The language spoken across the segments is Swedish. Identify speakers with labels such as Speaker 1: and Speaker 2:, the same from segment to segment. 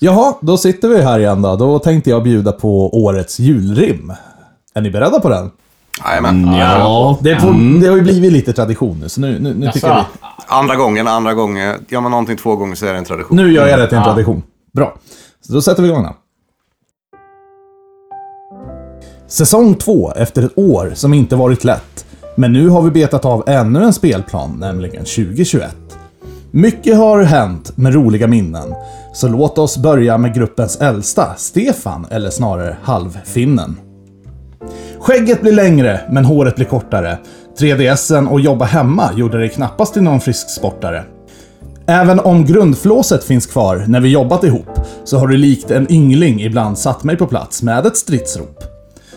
Speaker 1: Jaha, då sitter vi här igen då. Då tänkte jag bjuda på årets julrim. Är ni beredda på den? Mm,
Speaker 2: Jajamän.
Speaker 3: Ja.
Speaker 1: Det, får, det har ju blivit lite tradition nu, så nu, nu, nu tycker jag vi...
Speaker 2: Andra gången, andra gången. Gör man någonting två gånger så är det en tradition.
Speaker 1: Nu gör jag det till en tradition. Bra. Så då sätter vi igång då. Säsong två efter ett år som inte varit lätt. Men nu har vi betat av ännu en spelplan, nämligen 2021. Mycket har hänt med roliga minnen. Så låt oss börja med gruppens äldsta, Stefan, eller snarare halvfinnen. Skägget blir längre, men håret blir kortare. 3DSen och jobba hemma gjorde det knappast till någon frisk sportare. Även om grundflåset finns kvar när vi jobbat ihop, så har du likt en yngling ibland satt mig på plats med ett stridsrop.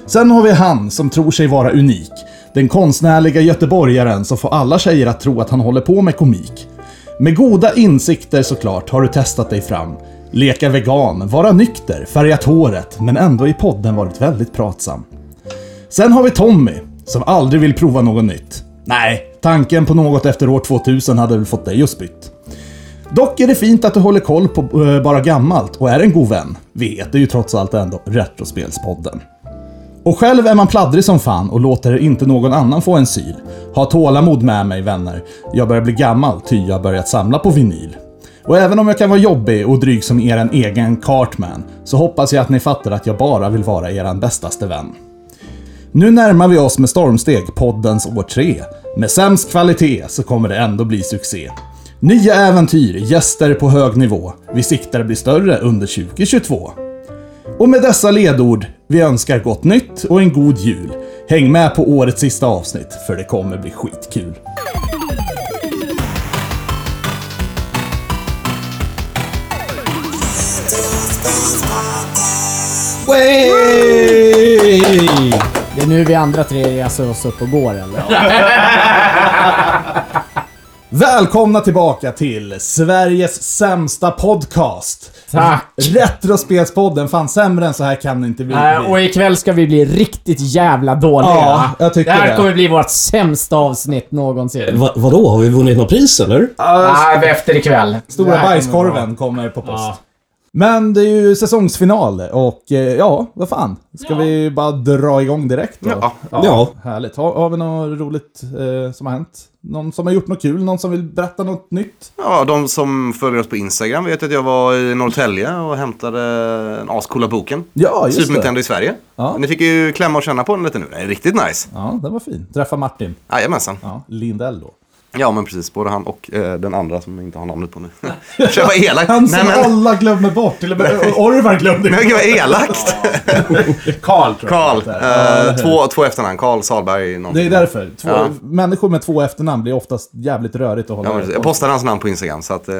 Speaker 1: Sen har vi han som tror sig vara unik. Den konstnärliga göteborgaren som får alla tjejer att tro att han håller på med komik. Med goda insikter såklart har du testat dig fram. Leka vegan, vara nykter, färgat håret, men ändå i podden varit väldigt pratsam. Sen har vi Tommy, som aldrig vill prova något nytt. Nej, tanken på något efter år 2000 hade väl fått dig att spytt. Dock är det fint att du håller koll på eh, bara gammalt och är en god vän. Vi heter ju trots allt ändå Retrospelspodden. Och själv är man pladdrig som fan och låter inte någon annan få en syl. Ha tålamod med mig vänner. Jag börjar bli gammal ty jag har börjat samla på vinyl. Och även om jag kan vara jobbig och dryg som er egen Cartman, så hoppas jag att ni fattar att jag bara vill vara er bästaste vän. Nu närmar vi oss med stormsteg poddens år tre. Med sämst kvalitet så kommer det ändå bli succé. Nya äventyr, gäster på hög nivå. Vi siktar bli större under 2022. Och med dessa ledord, vi önskar gott nytt och en god jul. Häng med på årets sista avsnitt, för det kommer bli skitkul.
Speaker 4: Det är nu vi andra tre reser oss upp och går eller?
Speaker 1: Välkomna tillbaka till Sveriges sämsta podcast.
Speaker 4: Tack!
Speaker 1: Retrospelspodden, fan sämre än så här kan det inte bli.
Speaker 4: Äh, och ikväll ska vi bli riktigt jävla dåliga.
Speaker 1: Mm. Ja, jag tycker
Speaker 4: det här
Speaker 1: det.
Speaker 4: kommer bli vårt sämsta avsnitt någonsin.
Speaker 5: Va, vadå, har vi vunnit något pris eller?
Speaker 4: Nej, efter ikväll. Det
Speaker 1: Stora
Speaker 4: här kommer vara-
Speaker 1: bajskorven kommer på post.
Speaker 4: Ja.
Speaker 1: Men det är ju säsongsfinal och eh, ja, vad fan. Ska vi bara dra igång direkt då?
Speaker 2: Ja.
Speaker 5: Ja.
Speaker 1: Härligt. Har, har vi något roligt eh, som har hänt? Någon som har gjort något kul? Någon som vill berätta något nytt?
Speaker 2: Ja, de som följer oss på Instagram vet att jag var i Norrtälje och hämtade den ascoola boken.
Speaker 1: Ja, just
Speaker 2: Super
Speaker 1: det.
Speaker 2: Nintendo i Sverige.
Speaker 1: Ja.
Speaker 2: Ni fick ju klämma och känna på den lite nu. Den är riktigt nice.
Speaker 1: Ja, den var fin. Träffa Martin.
Speaker 2: Jajamensan.
Speaker 1: Ja, Lindell då.
Speaker 2: Ja, men precis. Både han och eh, den andra som jag inte har namnet på nu. Försök vara elak.
Speaker 1: Han
Speaker 2: Nej,
Speaker 1: som
Speaker 2: men...
Speaker 1: alla glömmer bort. Till och med Orvar glömde
Speaker 2: Nej, gud vad elakt.
Speaker 1: Karl tror jag.
Speaker 2: Karl.
Speaker 1: att det är. Ja, eller
Speaker 2: Eh,
Speaker 1: hur?
Speaker 2: två, två efternamn. Karl Salberg.
Speaker 1: Det
Speaker 2: någonting.
Speaker 1: är därför. Två,
Speaker 2: Ja.
Speaker 1: Människor med två efternamn blir oftast jävligt rörigt att hålla
Speaker 2: Ja, men
Speaker 1: reda
Speaker 2: precis.
Speaker 1: på.
Speaker 2: jag postade hans namn på Instagram så att... Eh,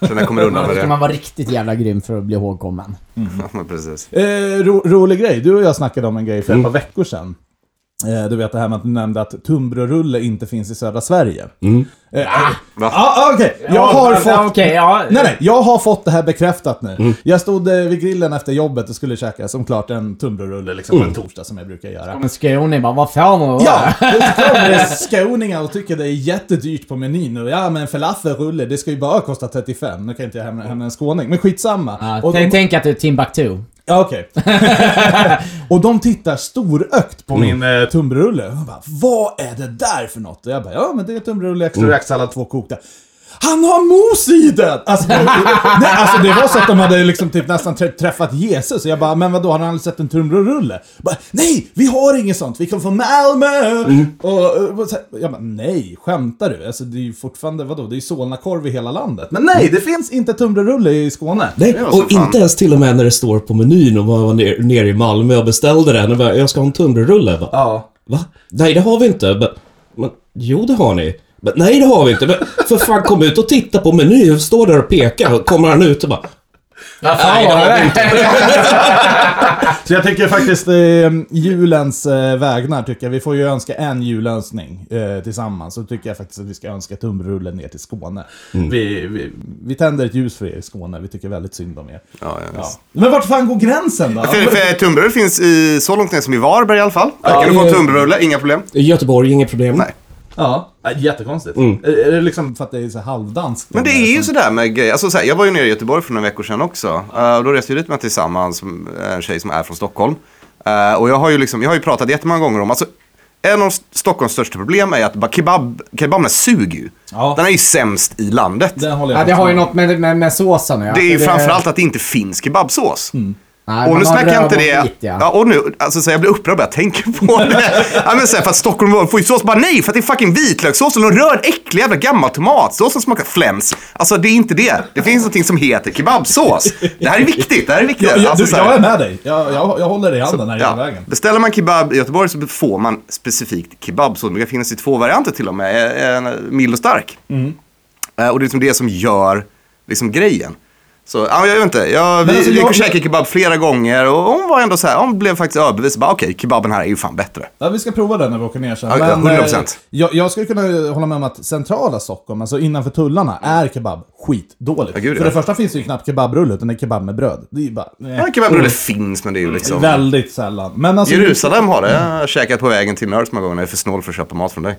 Speaker 2: så jag kommer undan med
Speaker 4: Ska
Speaker 2: det.
Speaker 4: man vara riktigt jävla grym för att bli ihågkommen.
Speaker 2: Ja, men precis.
Speaker 1: Eh, ro, rolig grej. Du och jag snackade om en grej
Speaker 4: Mm.
Speaker 1: för ett par veckor sedan. Eh, du vet det här med att du nämnde att tunnbrödsrulle inte finns i södra Sverige. Eh, ah,
Speaker 2: Va?
Speaker 1: ah, okej. Jag har
Speaker 4: Mm. Ja,
Speaker 1: fått...
Speaker 4: Okej, ja. Mm.
Speaker 1: Nej, nej. Jag har fått det här bekräftat nu. Jag stod eh, vid grillen efter jobbet och skulle käka som klart en tunnbrödsrulle liksom,
Speaker 4: Mm.
Speaker 1: på en torsdag som jag brukar göra.
Speaker 4: Men Skåne bara, vad fan var det?
Speaker 1: Ja! Då kommer det skåningar och tycker det är jättedyrt på menyn. Och ja, men falafelrulle, det ska ju bara kosta 35. Nu kan inte jag hämna, hämna en skåning, men skitsamma.
Speaker 4: Ja,
Speaker 1: och
Speaker 4: tänk,
Speaker 1: de,
Speaker 4: tänk att du är Timbuktu.
Speaker 1: ja, okej. och de tittar storögt på min eh, tunnbrödsrulle. Och de bara, vad är det där för något? Och jag bara, ja men det är tunnbrödsrulle, extra räksallad, två kokta. Han har mos i den! Alltså, nej, alltså det var så att de hade liksom typ nästan trä- träffat Jesus. Och jag bara, men vadå, har han aldrig sett en tunnbrödsrulle? Bara, Nej, vi har inget sånt, vi kom från Malmö! Och, och så här, jag bara, nej, skämtar du? Alltså det är ju fortfarande, vadå, det är ju Solnakorv i hela landet. Men nej, det finns inte tunnbrödsrulle i Skåne.
Speaker 5: Nej,
Speaker 2: var så
Speaker 5: och
Speaker 2: fan.
Speaker 5: inte ens till och med när det står på menyn och man var ner- nere i Malmö och beställde den och bara, jag ska ha en tunnbrödsrulle. Va?
Speaker 1: Ja.
Speaker 5: Va? Nej, det har vi inte. Men, men, jo, det har ni. Men, nej, det har vi inte. Men, för fan, kom ut och titta på menyn. Står där och pekar. Och kommer han ut och bara,
Speaker 4: Vad fan var det?
Speaker 1: Så jag tycker faktiskt eh, julens eh, vägnar, tycker jag. Vi får ju önska en julönskning eh, tillsammans. Så tycker jag faktiskt att vi ska önska tunnbrödsrullen ner till Skåne.
Speaker 2: Mm.
Speaker 1: Vi, vi, vi tänder ett ljus för er i Skåne, vi tycker väldigt synd om er.
Speaker 2: Ja, ja,
Speaker 1: Ja.
Speaker 2: visst.
Speaker 1: Men vart fan går gränsen då?
Speaker 2: För, för tunnbröd finns i, så långt ner som i Varberg i alla fall. Där
Speaker 5: Ja,
Speaker 2: kan du få en
Speaker 5: i-
Speaker 2: tunnbrödsrulle, inga problem.
Speaker 5: Göteborg, inget problem.
Speaker 2: Nej.
Speaker 1: Ja, äh, jättekonstigt. Är, är det liksom för att det är så halvdanskt?
Speaker 2: Mm. Men det
Speaker 1: eller?
Speaker 2: är ju sådär med grejer. Alltså, så här, jag var ju nere i Göteborg för några veckor sedan också. Eh, och då reste vi dit med tillsammans, eh, en tjej som är från Stockholm. Eh, och jag har ju liksom, jag har ju pratat jättemånga gånger om, alltså en av Stockholms största problem är att ba- kebab, kebaben suger ju.
Speaker 1: Ja.
Speaker 2: Den är ju sämst i landet.
Speaker 1: Den håller jag
Speaker 4: Ja, det har ju
Speaker 1: med om.
Speaker 4: något med, med, med Alltså, såsen ja.
Speaker 2: Det är ju
Speaker 4: För
Speaker 2: framförallt att det inte finns kebabsås.
Speaker 4: Nej,
Speaker 2: Och
Speaker 4: man
Speaker 2: nu
Speaker 4: har
Speaker 2: snackar jag
Speaker 4: röv
Speaker 2: inte
Speaker 4: och
Speaker 2: det.
Speaker 4: skit, ja.
Speaker 2: Ja, och nu, alltså, så jag blir upprörd bara jag tänker på det. ja, men, så här, för att Stockholm får ju sås. Bara nej, för att det är fucking vitlökssås och någon röd äcklig jävla gammal tomatsås som smakar fläms. Alltså det är inte det. Det finns någonting som heter kebabsås. Det här är viktigt. Det här är viktigt.
Speaker 1: Ja,
Speaker 2: Alltså,
Speaker 1: du,
Speaker 2: så här-
Speaker 1: jag är med dig. Jag, jag, jag håller dig i handen här hela
Speaker 2: Ja.
Speaker 1: vägen.
Speaker 2: Beställer man kebab i Göteborg så får man specifikt kebabsås. Det kan finnas i två varianter till och med. Eh, En en mild och stark.
Speaker 1: Mm.
Speaker 2: Eh, Och det är liksom det som gör liksom grejen. Så, ja, jag vet inte. Jag, vi
Speaker 1: Men alltså,
Speaker 2: vi
Speaker 1: jag-
Speaker 2: käkade kebab flera gånger och hon var ändå så här, hon blev faktiskt överbevisad. Bara, Okej, kebaben här är ju fan bättre.
Speaker 1: Ja, vi ska prova den när vi åker ner sen.
Speaker 2: Ja, ja, 100%.
Speaker 1: eh, jag, jag skulle kunna hålla med om att centrala Stockholm, alltså innanför tullarna, är kebab skitdåligt.
Speaker 2: Ja, gud,
Speaker 1: För
Speaker 2: ja.
Speaker 1: det första finns det ju knappt kebabrulle, utan det är kebab med bröd. Det är ju bara... nej.
Speaker 2: Ja, kebabrulle
Speaker 1: Mm.
Speaker 2: finns, men det är ju liksom...
Speaker 1: Väldigt sällan. Men alltså,
Speaker 2: Jerusalem har det. Jag har käkat på vägen till Nörds många gånger. Jag är för snål för att köpa mat från dig.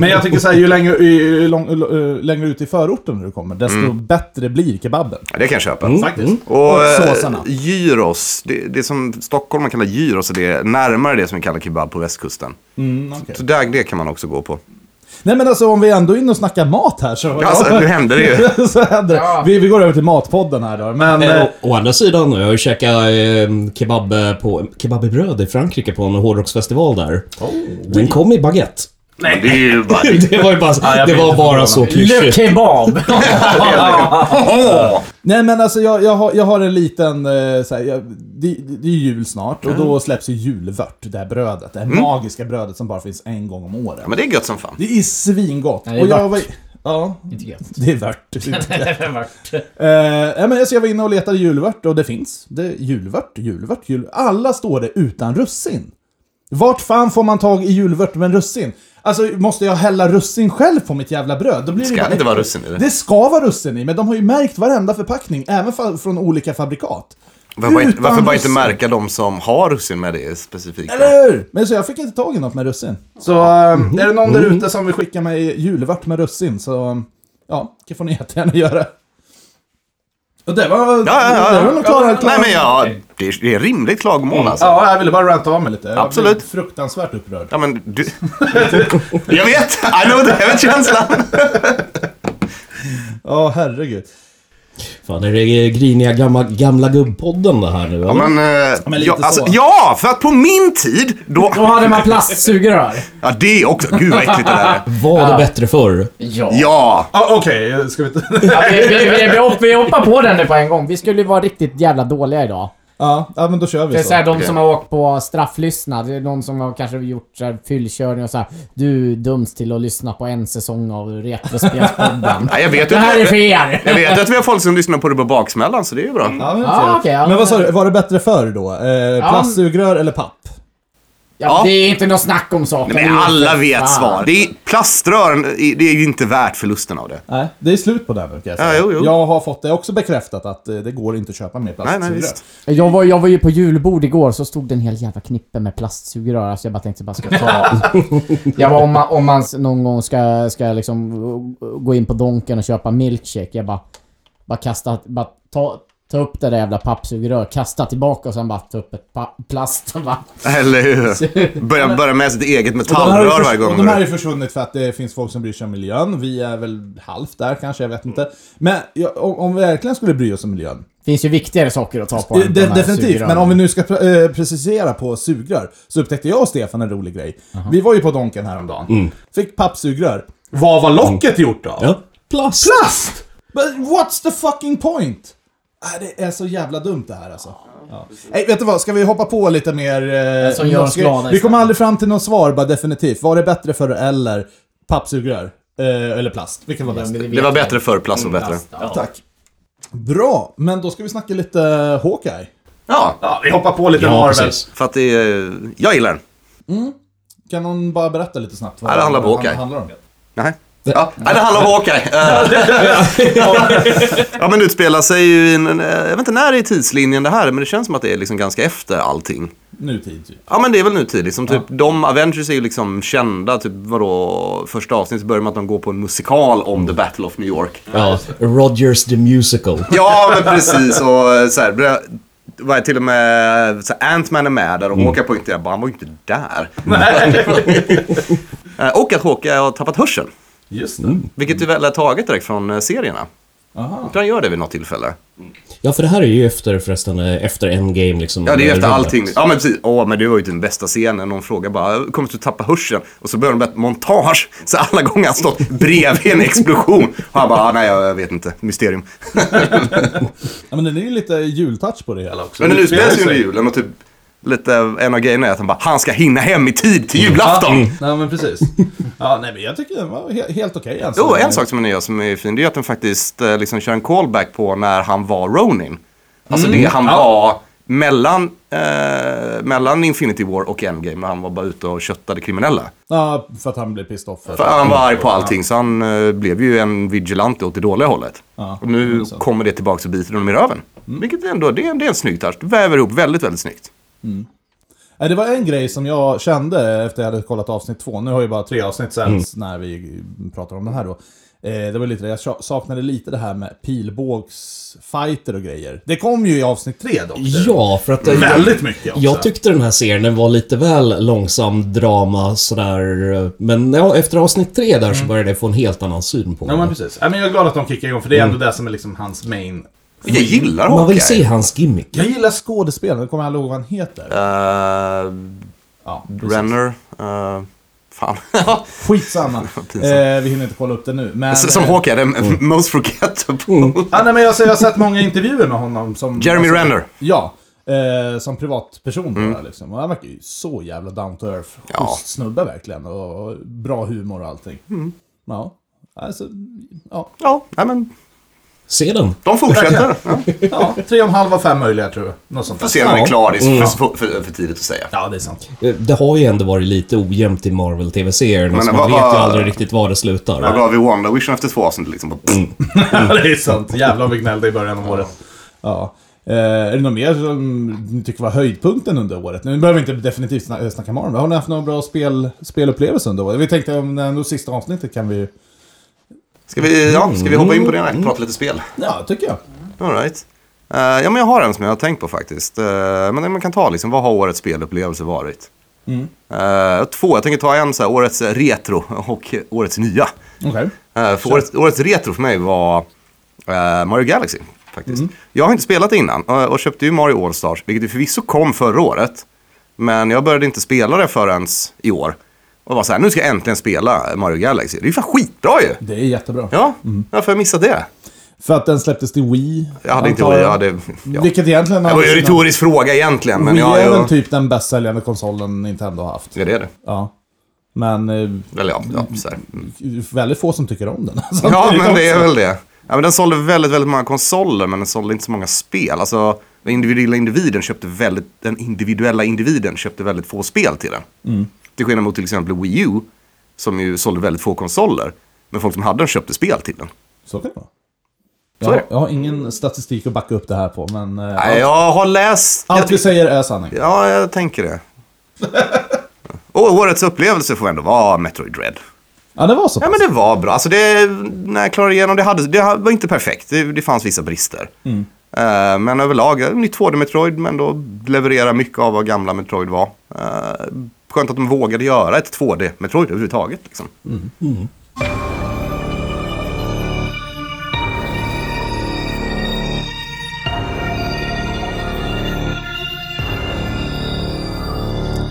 Speaker 1: men jag tänker såhär, ju längre, ju, ju lång, ju längre ut i förorten du kommer, desto bättre blir kebaben.
Speaker 2: Ja, det kan jag köpa.
Speaker 1: Faktiskt.
Speaker 2: Mm. Och,
Speaker 1: Och
Speaker 2: eh,
Speaker 1: såsarna.
Speaker 2: gyros, det, det som Stockholm man kallar gyros, det är närmare det som vi kallar kebab på västkusten.
Speaker 1: Mm, okej.
Speaker 2: Så där, det kan man också gå på.
Speaker 1: Nej men alltså om vi ändå är inne och snackar mat här så...
Speaker 2: Alltså, nu händer det ju.
Speaker 1: så händer det.
Speaker 4: Ja.
Speaker 1: Vi, vi går över till matpodden här då. Men...
Speaker 5: Eh,
Speaker 1: eh,
Speaker 5: å- å andra sidan, jag har ju käkat eh, kebab, eh, på, kebab i bröd i Frankrike på en hårdrocksfestival där. Den kom i baguette.
Speaker 2: Men Oh. Det är ju bara...
Speaker 5: Det var ju bara,
Speaker 1: jag
Speaker 5: det
Speaker 1: blir
Speaker 5: var
Speaker 1: inte
Speaker 5: bara
Speaker 1: förvånad.
Speaker 5: så
Speaker 4: Le
Speaker 5: klyschigt.
Speaker 4: kebab!
Speaker 1: Nej men alltså jag, jag, har, jag har en liten, eh, så här, jag, det, det är jul snart och
Speaker 4: Mm.
Speaker 1: då släpps ju julvört, det här brödet. Det här magiska brödet som bara finns en gång om året.
Speaker 2: Men det är gött som fan.
Speaker 1: Det är svingott.
Speaker 4: det är
Speaker 1: och jag
Speaker 4: värt.
Speaker 1: var, ja,
Speaker 4: Inte gött.
Speaker 1: det är värt. Eh, ja, men alltså jag var inne och letade julvört och det finns. Det är julvört, julvört, jul. Alla står det utan russin. Vart fan får man tag i julvört med en russin? Alltså, måste jag hälla russin själv på mitt jävla bröd? Då blir
Speaker 2: Ska
Speaker 1: bara
Speaker 2: det inte vara
Speaker 1: äckligt.
Speaker 2: russin i det?
Speaker 1: Det ska vara russin i, men de har ju märkt varenda förpackning, även fa- från olika fabrikat.
Speaker 2: Varför, bara inte,
Speaker 1: Utan
Speaker 2: varför bara inte
Speaker 1: russin.
Speaker 2: märka de som har russin med det specifikt? då?
Speaker 1: Eller hur? Men så jag fick inte tag i något med russin. Så eh,
Speaker 2: Mm-hmm.
Speaker 1: är det någon där ute som vill skicka mig julvört med russin så eh, ja, det får ni jättegärna göra. Och det var...
Speaker 2: Ja, ja,
Speaker 1: Det var
Speaker 2: ja.
Speaker 1: nog klara, klara.
Speaker 2: Nej, men ja, det är, det är rimligt klagomål alltså.
Speaker 1: Mm. Ja, jag ville bara ranta av mig lite. Jag blev
Speaker 2: Absolut.
Speaker 1: fruktansvärt upprörd.
Speaker 2: Ja, men du... jag vet! I know the heaven känslan.
Speaker 1: Ja, herregud.
Speaker 5: Fan, är det griniga gamla, gamla gubbpodden det här nu?
Speaker 2: Ja,
Speaker 5: eller?
Speaker 2: men, eh,
Speaker 1: men lite
Speaker 2: ja, alltså,
Speaker 1: så.
Speaker 2: ja, för att på min tid, då...
Speaker 4: Då hade man plastsugrör.
Speaker 2: Ja, det också. Gud vad äckligt det där är.
Speaker 5: Var det bättre förr?
Speaker 4: Ja.
Speaker 2: Ja!
Speaker 1: Ah, Okej, ska vi inte...
Speaker 4: Ja, vi, vi, vi, vi, hopp- vi hoppar på den nu på en gång. Vi skulle ju vara riktigt jävla dåliga idag.
Speaker 1: ja, ja, men då kör
Speaker 4: Det
Speaker 1: vi
Speaker 4: är
Speaker 1: så.
Speaker 4: såhär, de
Speaker 2: Okej.
Speaker 4: som har åkt på strafflyssnad, det är de som har kanske gjort så här, fyllkörning och såhär. Du döms till att lyssna på en säsong av Retrospelspodden.
Speaker 2: Nej, jag vet
Speaker 4: det här
Speaker 2: inte.
Speaker 4: är för er!
Speaker 2: Jag vet att vi har folk som lyssnar på det på baksmällan, så det är ju bra.
Speaker 1: Ja, men,
Speaker 4: Ah,
Speaker 1: trevligt.
Speaker 4: okej, ja.
Speaker 1: men vad sa du, var det bättre förr då? Eh, plastsugrör eller papp?
Speaker 4: Ja,
Speaker 2: Ja.
Speaker 4: det är inte något snack om saken.
Speaker 2: Nej,
Speaker 4: Det är
Speaker 2: men
Speaker 4: ju
Speaker 2: alla
Speaker 4: för
Speaker 2: vet
Speaker 4: fan.
Speaker 2: svar. Det är, plaströren, det är ju inte värt förlusten av det.
Speaker 1: Nej, det är slut på det här nu kan jag säga.
Speaker 2: Ja, jo, jo.
Speaker 1: Jag har fått det också bekräftat att eh, det går inte att köpa mer
Speaker 2: Nej,
Speaker 1: plastsugrör.
Speaker 2: nej, visst.
Speaker 4: Jag var, jag var ju på julbord igår så stod det en hel jävla knippe med plastsugrör. Alltså jag bara tänkte bara ska jag ta... jag bara, om, man, om man någon gång ska, ska liksom gå in på Donken och köpa milkshake. Jag bara... Bara kasta... Bara ta, ta upp det där jävla pappsugrör, kasta tillbaka och sen bara ta upp ett pa- plast och bara...
Speaker 2: Eller hur? Börja, börja med sitt eget
Speaker 1: Och de här har ju
Speaker 2: metallrör varje
Speaker 1: förs- och
Speaker 2: gång.
Speaker 1: De här är försvunnit för att det finns folk som bryr sig om miljön. Vi är väl halvt där kanske, jag vet inte. Men ja, om, om vi verkligen skulle bry oss om miljön.
Speaker 4: Finns ju viktigare saker att ta på
Speaker 1: Eh,
Speaker 4: än
Speaker 1: de,
Speaker 4: de här
Speaker 1: definitivt,
Speaker 4: sugrören.
Speaker 1: men om vi nu ska pre- eh, precisera på sugrör. Så upptäckte jag och Stefan en rolig grej. Vi var ju på Donken häromdagen. Fick pappsugrör. Vad var locket gjort av?
Speaker 5: Ja. Plast.
Speaker 1: Plast! But what's the fucking point? Ah, det är så jävla dumt det här alltså. Ja. Nej, vet du vad? Ska vi hoppa på lite mer... Eh,
Speaker 4: som gör oss
Speaker 1: norska-
Speaker 4: glada
Speaker 1: vi
Speaker 4: istället.
Speaker 1: kommer aldrig fram till något svar, bara definitivt. Var det bättre förr eller pappsugrör? Eh, eller plast? Vilken var bäst?
Speaker 4: Men vet
Speaker 2: Det var
Speaker 4: jag.
Speaker 2: bättre förr, plast var bättre.
Speaker 1: Tack. Bra, men då ska vi snacka lite Hawkeye.
Speaker 2: Ja,
Speaker 1: vi hoppar på lite
Speaker 5: Ja, precis.
Speaker 2: för att det är... Jag gillar den.
Speaker 1: Kan någon bara berätta lite snabbt vad
Speaker 2: Ja, det handlar om
Speaker 1: vad
Speaker 2: Hawkeye.
Speaker 1: handlar om?
Speaker 2: Nej. Ja, nej, det handlar om Hawkeye. Eh, ja, men det utspelar sig ju i en, en- eh, jag vet inte när i tidslinjen det här, men det känns som att det är liksom ganska efter allting.
Speaker 1: nutid typ.
Speaker 2: Ja men det är väl nu tidigt. Som typ, de Avengers är ju liksom kända. Typ vadå, första avsnittet börjar med att de går på en musikal om The Battle of New York.
Speaker 5: Ja, Rogers the Musical.
Speaker 2: Ja men precis och eh, så här. börjar- Var det till och med så här, Ant-Man är med där och Håkan poängterar bara han var ju inte där. Eh, och att Håkan har tappat hörseln.
Speaker 1: Just
Speaker 5: Mm.
Speaker 2: Vilket är väl är taget direkt från eh, serierna.
Speaker 1: Aha.
Speaker 2: Jag tror han gör det vid något tillfälle.
Speaker 5: Ja, för det här är ju efter förresten, eh, efter Endgame liksom.
Speaker 2: Ja, det är ju efter
Speaker 5: Rullet.
Speaker 2: allting. Ja, men precis. Åh, men det var ju den bästa scenen. Någon frågar bara, kommer du att tappa hörseln? Och så börjar de med ett montage. Så alla gånger han stått bredvid en explosion. Och han bara, ah, nej, jag jag vet inte. Mysterium.
Speaker 1: Ja, men det är ju lite jultouch på det hela också.
Speaker 2: Men den utspelar sig under julen och typ lite, en av grejerna är att han bara, han ska hinna hem i tid till julafton.
Speaker 1: Ja, men precis. Ja, nej, men jag tycker den var he- helt okej. än så
Speaker 2: Jo,
Speaker 1: länge.
Speaker 2: en sak som den gör som är fin, det är att den faktiskt eh, liksom kör en callback på när han var Ronin. Alltså det han
Speaker 1: ja.
Speaker 2: var mellan, eh, mellan Infinity War och Endgame, när han var bara ute och köttade kriminella.
Speaker 1: Ja, för att han blev pissed off.
Speaker 2: För han var arg på allting, så han eh, blev ju en vigilante åt det dåliga hållet.
Speaker 1: Ja, Mm.
Speaker 2: och nu
Speaker 1: det är sant.
Speaker 2: kommer det tillbaka och biter honom i röven. Vilket ändå, det är, det är en snygg touch. Det väver ihop väldigt, väldigt snyggt.
Speaker 1: Nej, Eh, Det var en grej som jag kände efter jag hade kollat avsnitt två. Nu har ju bara tre avsnitt sänds
Speaker 2: Mm.
Speaker 1: när vi pratar om det här då. Eh, det var lite det, jag sa- saknade lite det här med pilbågsfighter och grejer. Det kom ju i avsnitt tre dock.
Speaker 5: Ja, för att... eh,
Speaker 1: Väldigt mycket också.
Speaker 5: Jag tyckte den här serien den var lite väl långsam drama sådär. eh, Men ja, efter avsnitt tre där så började jag få en helt annan syn på
Speaker 1: Mm. Ja, men
Speaker 5: den.
Speaker 1: precis. Ja, men jag är glad att de kickar igång, för det är
Speaker 2: Mm.
Speaker 1: ändå det som är liksom hans main...
Speaker 2: Jag gillar
Speaker 5: Man
Speaker 2: Hawkeye.
Speaker 5: vill se hans gimmick.
Speaker 1: Jag gillar skådespelaren, kommer jag ihåg vad han heter?
Speaker 2: Eh,
Speaker 1: Ja,
Speaker 2: Renner. eh, fan.
Speaker 1: Skitsamma.
Speaker 2: Pinsamt.
Speaker 1: eh, vi hinner inte kolla upp det nu. Men,
Speaker 2: Som Hawkeye, den
Speaker 5: Mm.
Speaker 2: most forgettable.
Speaker 1: Ja, nej, men alltså, jag, ser- jag har sett många intervjuer med honom som... alltså,
Speaker 2: Jeremy Renner. Mm.
Speaker 1: Ja. Eh, som privatperson bara liksom. Och han verkar ju så jävla down to earth.
Speaker 2: Ja.
Speaker 1: Schysst snubbe verkligen. Och, och bra humor och allting.
Speaker 2: Mm.
Speaker 1: Ja. Alltså, ja.
Speaker 2: Ja, nej men.
Speaker 5: Se den.
Speaker 2: De fortsätter. Ja.
Speaker 1: ja. Tre och en halv av fem möjliga tror jag. Något sånt
Speaker 2: Får
Speaker 1: där.
Speaker 2: se när den är klar. Det är så-
Speaker 5: Mm.
Speaker 2: för, för, för tidigt att säga.
Speaker 1: Ja, det är sant.
Speaker 5: Eh, Det har ju ändå varit lite ojämnt i Marvel TV-serierna,
Speaker 2: Men
Speaker 5: så
Speaker 2: vad-
Speaker 5: man vet ju
Speaker 2: vad-
Speaker 5: aldrig riktigt var det slutar.
Speaker 2: Vad gav vi WandaVision efter två avsnitt liksom? Bara,
Speaker 5: Mm.
Speaker 1: Ja, det är sant. Jävlar vad vi gnällde i början av året. Ja. Eh, är det något mer som ni tycker var höjdpunkten under året? Nu behöver vi inte definitivt snacka, snacka Marvel. Har ni haft några bra spel, spelupplevelser under året? Vi tänkte om det ändå sista avsnittet kan vi ju...
Speaker 2: Ska vi, ja, ska vi hoppa in på det?
Speaker 5: Mm.
Speaker 2: Nej, prata lite spel.
Speaker 1: Ja, tycker jag.
Speaker 2: All right. Eh, ja, men jag har en som jag har tänkt på faktiskt. Eh, men man kan ta liksom, vad har årets spelupplevelse varit? Eh, två, jag tänker ta en så här, årets retro och eh, årets nya.
Speaker 1: Okej.
Speaker 2: Eh, för årets, årets retro för mig var eh, Mario Galaxy faktiskt. Jag har inte spelat det innan eh, och köpte ju Mario All-Stars, vilket ju förvisso kom förra året. Men jag började inte spela det förrän i år. Och var så här, nu ska jag äntligen spela Mario Galaxy. Det är ju fan skitbra ju!
Speaker 1: Det är jättebra.
Speaker 2: Ja, varför har jag missat det?
Speaker 1: För att den släpptes till Wii.
Speaker 2: Jag hade inte
Speaker 1: antar
Speaker 2: Wii, jag hade... Ja.
Speaker 1: Vilket egentligen...
Speaker 2: Det var ju en retorisk fråga egentligen, men
Speaker 1: Wii
Speaker 2: jag...
Speaker 1: är väl
Speaker 2: jag...
Speaker 1: typ den bäst säljande konsolen Nintendo har haft.
Speaker 2: Ja, det är det.
Speaker 1: Ja. Men eh,
Speaker 2: Eller ja, ja så här.
Speaker 1: väldigt få som tycker om den.
Speaker 2: Ja,
Speaker 1: Samtidigt
Speaker 2: men det är
Speaker 1: också.
Speaker 2: väl det. Ja, men den sålde väldigt, väldigt många konsoler, men den sålde inte så många spel. Alltså, den individuella individen köpte väldigt, den individuella individen köpte väldigt få spel till den. Till skillnad mot till exempel Wii U, som ju sålde väldigt få konsoler. Men folk som hade den köpte spel till den.
Speaker 1: Så kan det vara.
Speaker 2: Så är det.
Speaker 1: Jag, jag har ingen statistik att backa upp det här på, men... eh,
Speaker 2: Nej, jag har läst... jag
Speaker 1: Allt vi säger är sanning.
Speaker 2: Ja, jag tänker det. Och årets upplevelse får ändå vara Metroid Dread.
Speaker 1: Ja, det var så
Speaker 2: Ja,
Speaker 1: pass.
Speaker 2: men det var bra. Alltså det, när jag klarade igenom det, hade, det var inte perfekt. Det, det fanns vissa brister. Eh, men överlag, eh, nytt 2D-Metroid, men då levererar mycket av vad gamla Metroid var. Eh, skönt att de vågade göra ett 2D-Metroid överhuvudtaget. Liksom.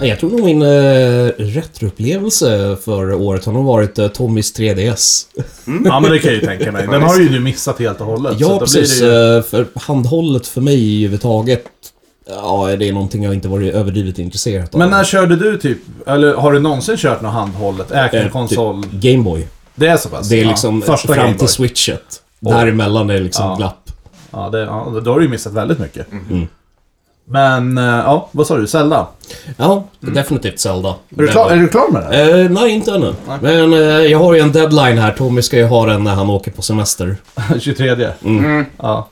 Speaker 5: Jag tror nog min eh, retroupplevelse för året har nog varit eh, Tommys 3DS.
Speaker 1: Ja, men det kan jag ju tänka mig. Den har ju du missat helt och hållet. så
Speaker 5: Ja,
Speaker 1: då blir
Speaker 5: precis.
Speaker 1: det ju-
Speaker 5: eh, För handhållet för mig överhuvudtaget, ja, det är någonting jag inte varit överdrivet intresserad av.
Speaker 1: Men när körde du typ, eller har du någonsin kört något handhållet? Ägt
Speaker 5: Eh,
Speaker 1: en konsol?
Speaker 5: typ Gameboy.
Speaker 1: Det är så pass?
Speaker 5: Det är liksom
Speaker 1: ja, första
Speaker 5: fram
Speaker 1: Gameboy.
Speaker 5: till switchet. Däremellan är det liksom
Speaker 1: Ja.
Speaker 5: glapp.
Speaker 1: Ja, det, ja, då har du ju missat väldigt mycket.
Speaker 5: Mm.
Speaker 1: Men, eh, ja, vad sa du? Zelda?
Speaker 5: Ja, definitivt Zelda.
Speaker 1: Mm. Är du, klar, är du klar med det? här?
Speaker 5: Eh, nej, inte ännu. Men eh, jag har ju en deadline här. Tommy ska ju ha den när han åker på semester. Mm.
Speaker 1: 23? Ja.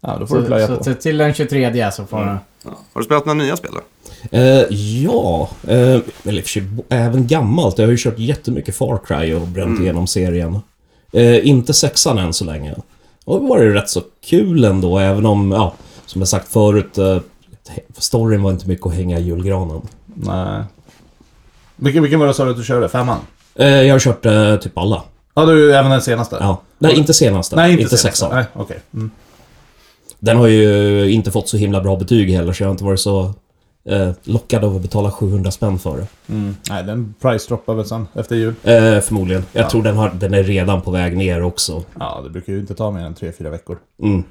Speaker 1: ja, då får du plöja
Speaker 4: Så,
Speaker 1: på.
Speaker 4: typ-
Speaker 1: Mm.
Speaker 4: så till den 23 så får du...
Speaker 2: Har du spelat några nya spel då?
Speaker 5: Eh, ja, eh, eller i och för sig bo- även gammalt. Jag har ju kört jättemycket Far Cry och bränt
Speaker 1: Mm.
Speaker 5: igenom serien. Eh, inte sexan än så länge. Och det var ju rätt så kul ändå, även om, ja, som jag sagt förut, eh, storyn var inte mycket att hänga i julgranen.
Speaker 1: Nej. Vilken, vilken var det sa du att du körde? Femman?
Speaker 5: Eh, jag har kört eh, typ alla.
Speaker 1: Ja, du, även den senaste?
Speaker 5: Ja. Nej, inte senaste.
Speaker 1: Nej, inte, senaste.
Speaker 5: sexan.
Speaker 1: Nej, okej. Mm.
Speaker 5: Den har ju inte fått så himla bra betyg heller, så jag har inte varit så eh, lockad av att betala 700 spänn för det.
Speaker 1: Nej, den price droppar väl sen efter jul.
Speaker 5: Eh, förmodligen. Jag tror den, har, den är redan på väg ner också.
Speaker 1: Ja, det brukar ju inte ta mer än 3-4 veckor.
Speaker 5: Mm.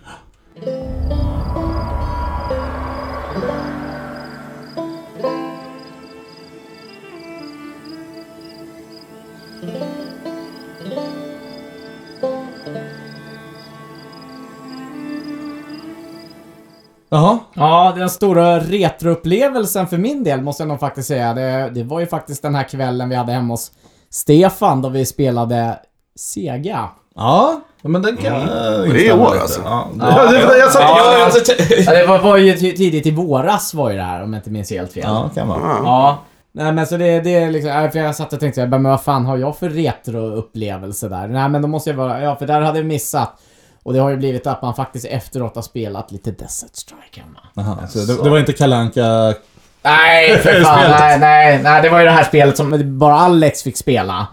Speaker 1: Jaha.
Speaker 4: Ja, den stora retroupplevelsen för min del måste jag nog faktiskt säga. Det, det var ju faktiskt den här kvällen vi hade hemma hos Stefan då vi spelade Sega.
Speaker 1: Ja, men den kan... Mm.
Speaker 2: Det är i år alltså.
Speaker 1: Ja, det, ja, det, jag satt...
Speaker 4: Ja.
Speaker 1: jag satt-
Speaker 4: Ja, det var, var ju ti- tidigt i våras var ju det här om jag inte minns helt fel.
Speaker 1: Ja, kan vara.
Speaker 4: Ja. Nej men så det, det är liksom, nej, för jag satt och tänkte jag bara, men vad fan har jag för retroupplevelse där? Nej men då måste jag vara, ja för där hade jag missat. Och det har ju blivit att man faktiskt efteråt har spelat lite Desert Strike hemma.
Speaker 1: Jaha, så det, det var inte kalanka
Speaker 4: Nej, för fan.
Speaker 1: Spelet.
Speaker 4: Nej, nej, nej, det var ju det här spelet som bara Alex fick spela.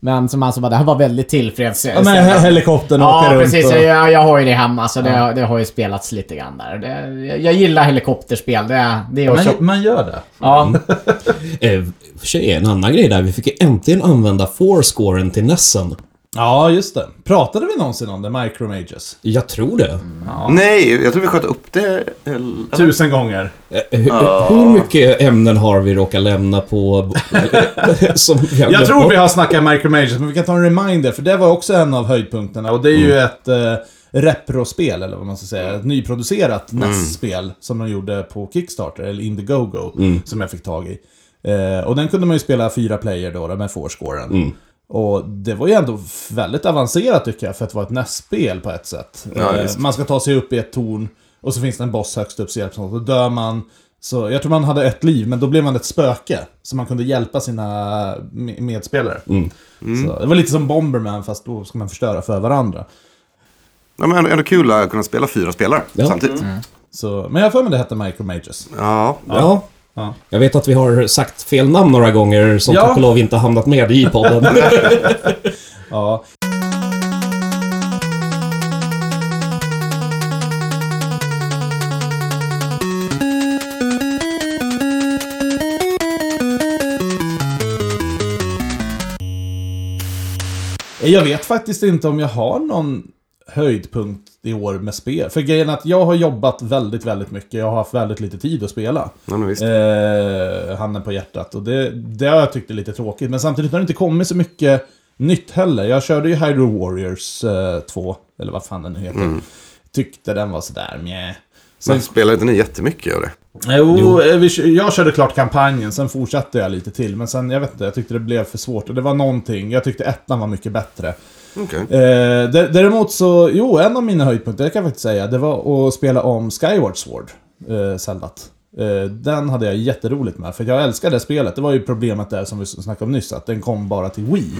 Speaker 4: Men som alltså bara, det här var väldigt
Speaker 1: Mm. Ja, men he-
Speaker 4: tillfredsställande.
Speaker 1: helikoptern
Speaker 4: Ja,
Speaker 1: åker runt
Speaker 4: precis.
Speaker 1: och...
Speaker 4: Jag, jag har ju det hemma, så det, det har ju spelats lite grann där. Det, jag, jag gillar helikopterspel. Det, det är också...
Speaker 1: Man, man gör det.
Speaker 4: Ja.
Speaker 5: Eh, för sig är en annan grej där. Vi fick ju äntligen använda fourscoren till Nessen.
Speaker 1: Ja, just det. Pratade vi någonsin om det, Micromages?
Speaker 5: Jag tror det.
Speaker 2: Nej, jag tror vi sköt upp det. eller-
Speaker 1: Tusen gånger.
Speaker 5: Eh, Hur, hur mycket ämnen har vi råkat lämna på... som vi har
Speaker 1: Jag
Speaker 5: glömt
Speaker 1: tror
Speaker 5: bort?
Speaker 1: vi har snackat Micromages, men vi kan ta en reminder, för det var också en av höjdpunkterna. Och det är ju ett eh, reprospel, eller vad man ska säga. Ett nyproducerat NES-spel som de gjorde på Kickstarter, eller Indiegogo, som jag fick tag i. Eh, och den kunde man ju spela fyra player då, då med fourscoren. Och det var ju ändå f- väldigt avancerat tycker jag, för att vara ett NES-spel på ett sätt.
Speaker 2: Ja,
Speaker 1: Eh,
Speaker 2: visst.
Speaker 1: man ska ta sig upp i ett torn, och så finns det en boss högst upp, så hjälps man åt. Då dör man. Så jag tror man hade ett liv, men då blev man ett spöke. Så man kunde hjälpa sina me- medspelare. Så, det var lite som Bomberman, fast då ska man förstöra för varandra.
Speaker 2: Ja, men ändå, ändå kul att kunna spela fyra spelare
Speaker 5: Ja.
Speaker 2: samtidigt.
Speaker 1: Så, men jag har för mig det hette Micromages.
Speaker 2: Ja.
Speaker 5: Ja.
Speaker 1: Ja.
Speaker 5: Jag vet att vi har sagt fel namn några gånger som
Speaker 1: Ja.
Speaker 5: tack och lov inte hamnat med i podden.
Speaker 1: Ja. Jag vet faktiskt inte om jag har någon höjdpunkt i år med spel. För grejen är att jag har jobbat väldigt, väldigt mycket. Jag har haft väldigt lite tid att spela.
Speaker 2: Ja, men visst.
Speaker 1: Eh, handen på hjärtat. Och det, det har jag tyckt är lite tråkigt. Men samtidigt har det inte kommit så mycket nytt heller. Jag körde ju Hyrule Warriors eh, 2, eller vad fan den nu heter.
Speaker 2: Mm.
Speaker 1: Tyckte den var sådär mjä.
Speaker 2: Sen spelar inte ni jättemycket av det?
Speaker 1: Jo, eh, vi, kö- jag körde klart kampanjen, sen fortsatte jag lite till. Men sen, jag vet inte, jag tyckte det blev för svårt. Och det var någonting, jag tyckte ettan var mycket bättre.
Speaker 2: Okej.
Speaker 1: Eh, dä- däremot så, jo, en av mina höjdpunkter, det kan jag faktiskt säga, det var att spela om Skyward Sword, eh, Zeldat. Eh, den hade jag jätteroligt med, för jag älskade det spelet. Det var ju problemet där som vi snackade om nyss, att den kom bara till Wii.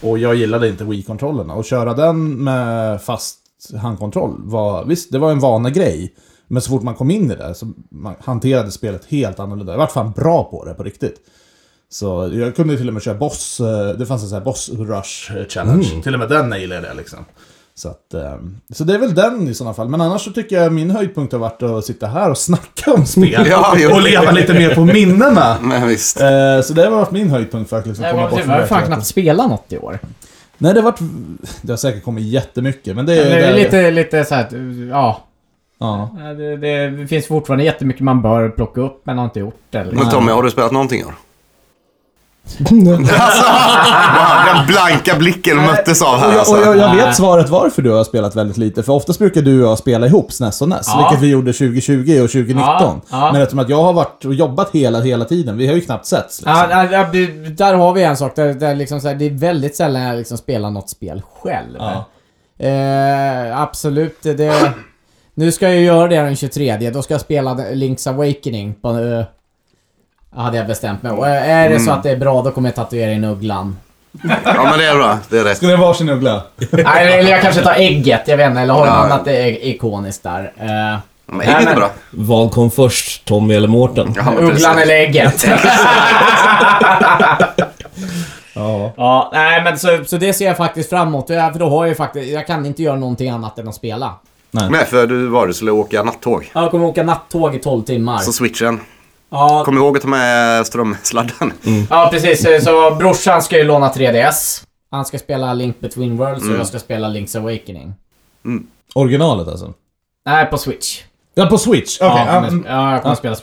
Speaker 1: Och jag gillade inte Wii-kontrollerna. Och köra den med fast handkontroll var, visst, det var en vanegrej. Men så fort man kom in i det så man hanterade spelet helt annorlunda. Jag vart fan bra på det på riktigt. Så jag kunde till och med köra boss, eh, det fanns en sån här boss rush eh, challenge.
Speaker 2: Mm.
Speaker 1: Till och med den nailade jag liksom. Så, att, ehm, så det är väl den i sådana fall. Men annars så tycker jag min höjdpunkt har varit att sitta här och snacka om spel.
Speaker 2: Ja, jo.
Speaker 1: och leva lite mer på minnena.
Speaker 2: Men visst.
Speaker 1: Eh, Så det har varit min höjdpunkt för att liksom komma bort
Speaker 4: Jag
Speaker 1: från
Speaker 4: har fan
Speaker 1: verkligheten.
Speaker 4: knappt spelat något i år.
Speaker 1: Nej, det har varit... Det har säkert kommit jättemycket, men det är...
Speaker 4: Det är
Speaker 1: det-
Speaker 4: lite, lite så här, att, ja.
Speaker 1: Ja.
Speaker 4: Det, det, det finns fortfarande jättemycket man bör plocka upp, men har inte gjort det.
Speaker 2: Men Tommy, har du spelat någonting av det? Alltså, wow, den blanka blicken möttes av
Speaker 1: Och
Speaker 2: här
Speaker 1: jag, och
Speaker 2: alltså.
Speaker 1: jag, jag
Speaker 4: Nej.
Speaker 1: vet svaret varför du har spelat väldigt lite, för oftast brukar du och jag spela ihop SNES och NES,
Speaker 4: Ja.
Speaker 1: vilket vi gjorde 2020 och 2019.
Speaker 4: Ja, ja.
Speaker 1: Men eftersom att jag har varit och jobbat hela, hela tiden, vi har ju knappt setts. Liksom.
Speaker 4: Ja, ja, ja, det- där har vi en sak. Där, där liksom så här, det är väldigt sällan jag liksom spelar något spel själv.
Speaker 1: Ja.
Speaker 4: Eh, absolut, det... det Nu ska jag göra det den 23, då ska jag spela Link's Awakening på... eh, hade jag bestämt mig. Och eh, är det så att det är bra, då kommer jag tatuera in ugglan.
Speaker 2: Ja, men det är bra. Det är rätt.
Speaker 1: Ska ni ha varsin uggla?
Speaker 4: Nej, eller jag kanske tar ägget, jag vet inte. Eller har något
Speaker 2: Ja.
Speaker 4: annat i- ikoniskt där. Eh,
Speaker 2: Men ägget är bra.
Speaker 5: Vad kom först, Tommy eller Mårten?
Speaker 2: Ja, men
Speaker 4: ugglan
Speaker 2: precis.
Speaker 4: eller ägget.
Speaker 1: Ja.
Speaker 4: ja, nej men så, så det ser jag faktiskt fram emot. Ja, För då har jag ju faktiskt... Jag kan inte göra någonting annat än att spela.
Speaker 2: Nej, för du var du skulle åka nattåg.
Speaker 4: Ja, Jag kommer åka nattåg i 12 timmar.
Speaker 2: Så switchen.
Speaker 4: Ja,
Speaker 2: Kom ihåg att ta med strömsladden.
Speaker 4: ja precis. Eh, Så brorsan ska ju låna 3DS. Han ska spela Link Between Worlds och jag ska spela Link's Awakening.
Speaker 1: Originalet alltså?
Speaker 4: Nej, på Switch.
Speaker 1: Ja, på Switch. Okej.
Speaker 4: ja, jag
Speaker 1: ja,
Speaker 4: kommer
Speaker 1: mm,
Speaker 4: sp- ja, jag kommer spela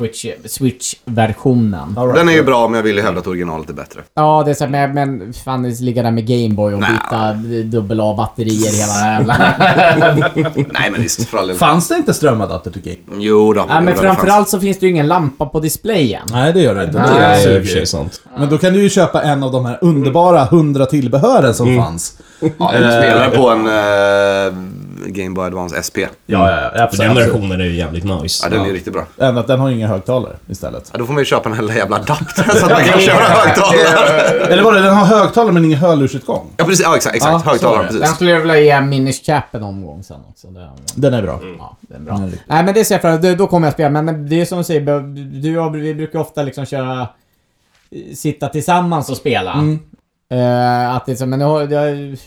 Speaker 4: Switch, Switch-versionen.
Speaker 1: all right.
Speaker 2: Den är ju bra, men jag vill ju hävda att originalet är bättre.
Speaker 4: Ja, det är så här, men, men fan, det ligga där med Gameboy och
Speaker 2: Nä.
Speaker 4: byta dubbel A-batterier hela jävla...
Speaker 2: Nej, men visst. För all del.
Speaker 1: Fanns det inte strömadapter till Game?
Speaker 2: Jo då.
Speaker 4: Nej,
Speaker 2: jo
Speaker 4: men
Speaker 2: då, det fanns.
Speaker 4: framförallt så finns det ju ingen lampa på displayen.
Speaker 1: Nej, det gör det inte.
Speaker 5: Det
Speaker 1: Det
Speaker 5: är i
Speaker 1: suger
Speaker 5: och för
Speaker 1: ju.
Speaker 5: sig sant.
Speaker 1: Men då kan du ju köpa en av de här underbara hundra tillbehören som fanns.
Speaker 2: Ja, du spelar på en eh, Game Boy Advance SP.
Speaker 1: Ja, ja, ja.
Speaker 5: För den versionen är ju jävligt nice.
Speaker 2: Ja, den är ju riktigt bra.
Speaker 1: Även att den har inga högtalare istället.
Speaker 2: Ja, då får man ju köpa den här lilla jävla adaptern så att man kan köra högtalare.
Speaker 1: Eller var det? Den har högtalare men ingen hörlursutgång.
Speaker 2: Ja, precis. Ja, exakt. exakt.
Speaker 1: Ja,
Speaker 2: högtalare,
Speaker 1: så är
Speaker 2: precis.
Speaker 4: Den skulle jag vilja ge Minish Cap en omgång sen också. Det,
Speaker 1: Den är bra.
Speaker 4: ja, det är bra.
Speaker 1: Den är riktigt-
Speaker 4: Nej men det ser jag fram emot. Då- Då kommer jag spela. Men det är som du säger, du- du och jag, vi brukar ofta liksom köra... eh, Sitta tillsammans och spela. Eh, att det är så, men jag, har- jag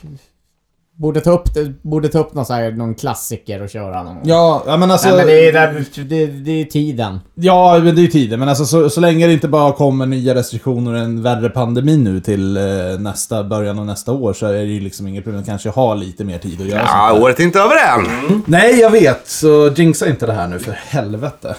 Speaker 4: borde ta upp, det- borde ta upp någon, så här, någon klassiker och köra någon gång.
Speaker 1: Ja, ja, men alltså...
Speaker 4: Nej, men det är, där, det, det är tiden.
Speaker 1: Ja, men det är ju tiden. Men alltså, så, så länge det inte bara kommer nya restriktioner och en värre pandemi nu till eh, nästa, början av nästa år så är det ju liksom inget problem att kanske ha lite mer tid att göra sånt
Speaker 2: Ja,
Speaker 1: här.
Speaker 2: året är inte över än.
Speaker 1: Nej, jag vet. Så jinxa inte det här nu för helvete.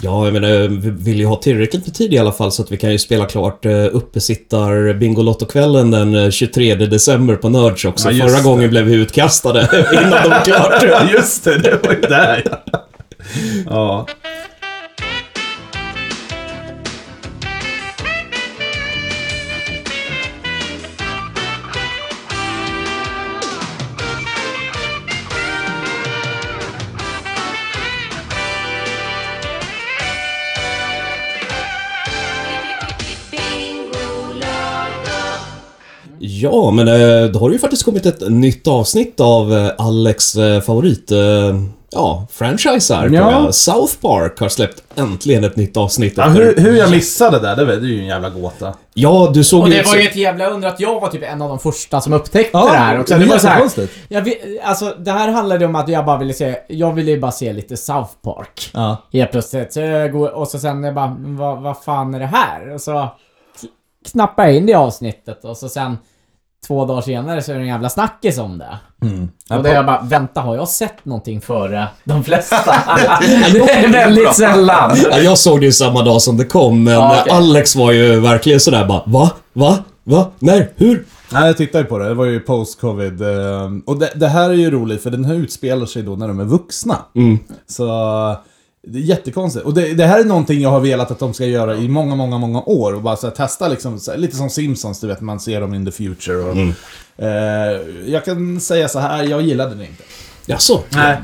Speaker 5: Ja, jag menar, vi vill ju ha tillräckligt med tid i alla fall så att vi kan ju spela klart eh, uppesittar Bingolotto-kvällen den eh, 23 december på Nörds också.
Speaker 1: Ja, just
Speaker 5: Förra
Speaker 1: det.
Speaker 5: gången blev vi utkastade innan de var klart.
Speaker 1: Just det, det var ju där. ja.
Speaker 5: Ja, men eh, då har det ju faktiskt kommit ett nytt avsnitt av eh, Alex eh, favorit... eh, Ja, franchise här tror
Speaker 1: Ja.
Speaker 5: jag. South Park har släppt äntligen ett nytt avsnitt.
Speaker 1: ja
Speaker 5: efter-
Speaker 1: hur, hur jag missade det där, det var- det är ju en jävla gåta.
Speaker 5: ja du såg
Speaker 4: Och
Speaker 5: ju...
Speaker 4: det var ju ett jävla under att jag var typ en av de första som upptäckte
Speaker 1: Ja,
Speaker 4: det här också.
Speaker 1: det är
Speaker 4: var så här,
Speaker 1: jättekonstigt.
Speaker 4: jag, vi- alltså, det här handlade om att jag bara ville se, jag ville ju bara se lite South Park.
Speaker 1: Ja.
Speaker 4: Helt plötsligt. Så jag går, och så sen jag bara, "Men vad, vad fan är det här? Och så kn- knappar jag in det avsnittet och så sen två dagar senare så är det en jävla snackis om det.
Speaker 1: Mm.
Speaker 4: Och då är jag bara, vänta har jag sett någonting före de flesta? det är väldigt sällan.
Speaker 5: Ja, jag såg det ju samma dag som det kom, men
Speaker 4: Ja, okej.
Speaker 5: eh, Alex var ju verkligen sådär bara Va? Va? Va? När? Hur?
Speaker 1: Nej, jag tittade ju på det. Det var ju post-covid. eh, Och det, det här är ju roligt för den här utspelar sig då när de är vuxna. Så det är jättekonstigt. Och det, det här är någonting jag har velat att de ska göra i många, många, många år. Och bara så här, testa liksom, så här, lite som Simpsons, du vet, man ser dem in the future. Och, eh, jag kan säga så här, jag gillade den inte.
Speaker 5: Jaså?
Speaker 1: Nej,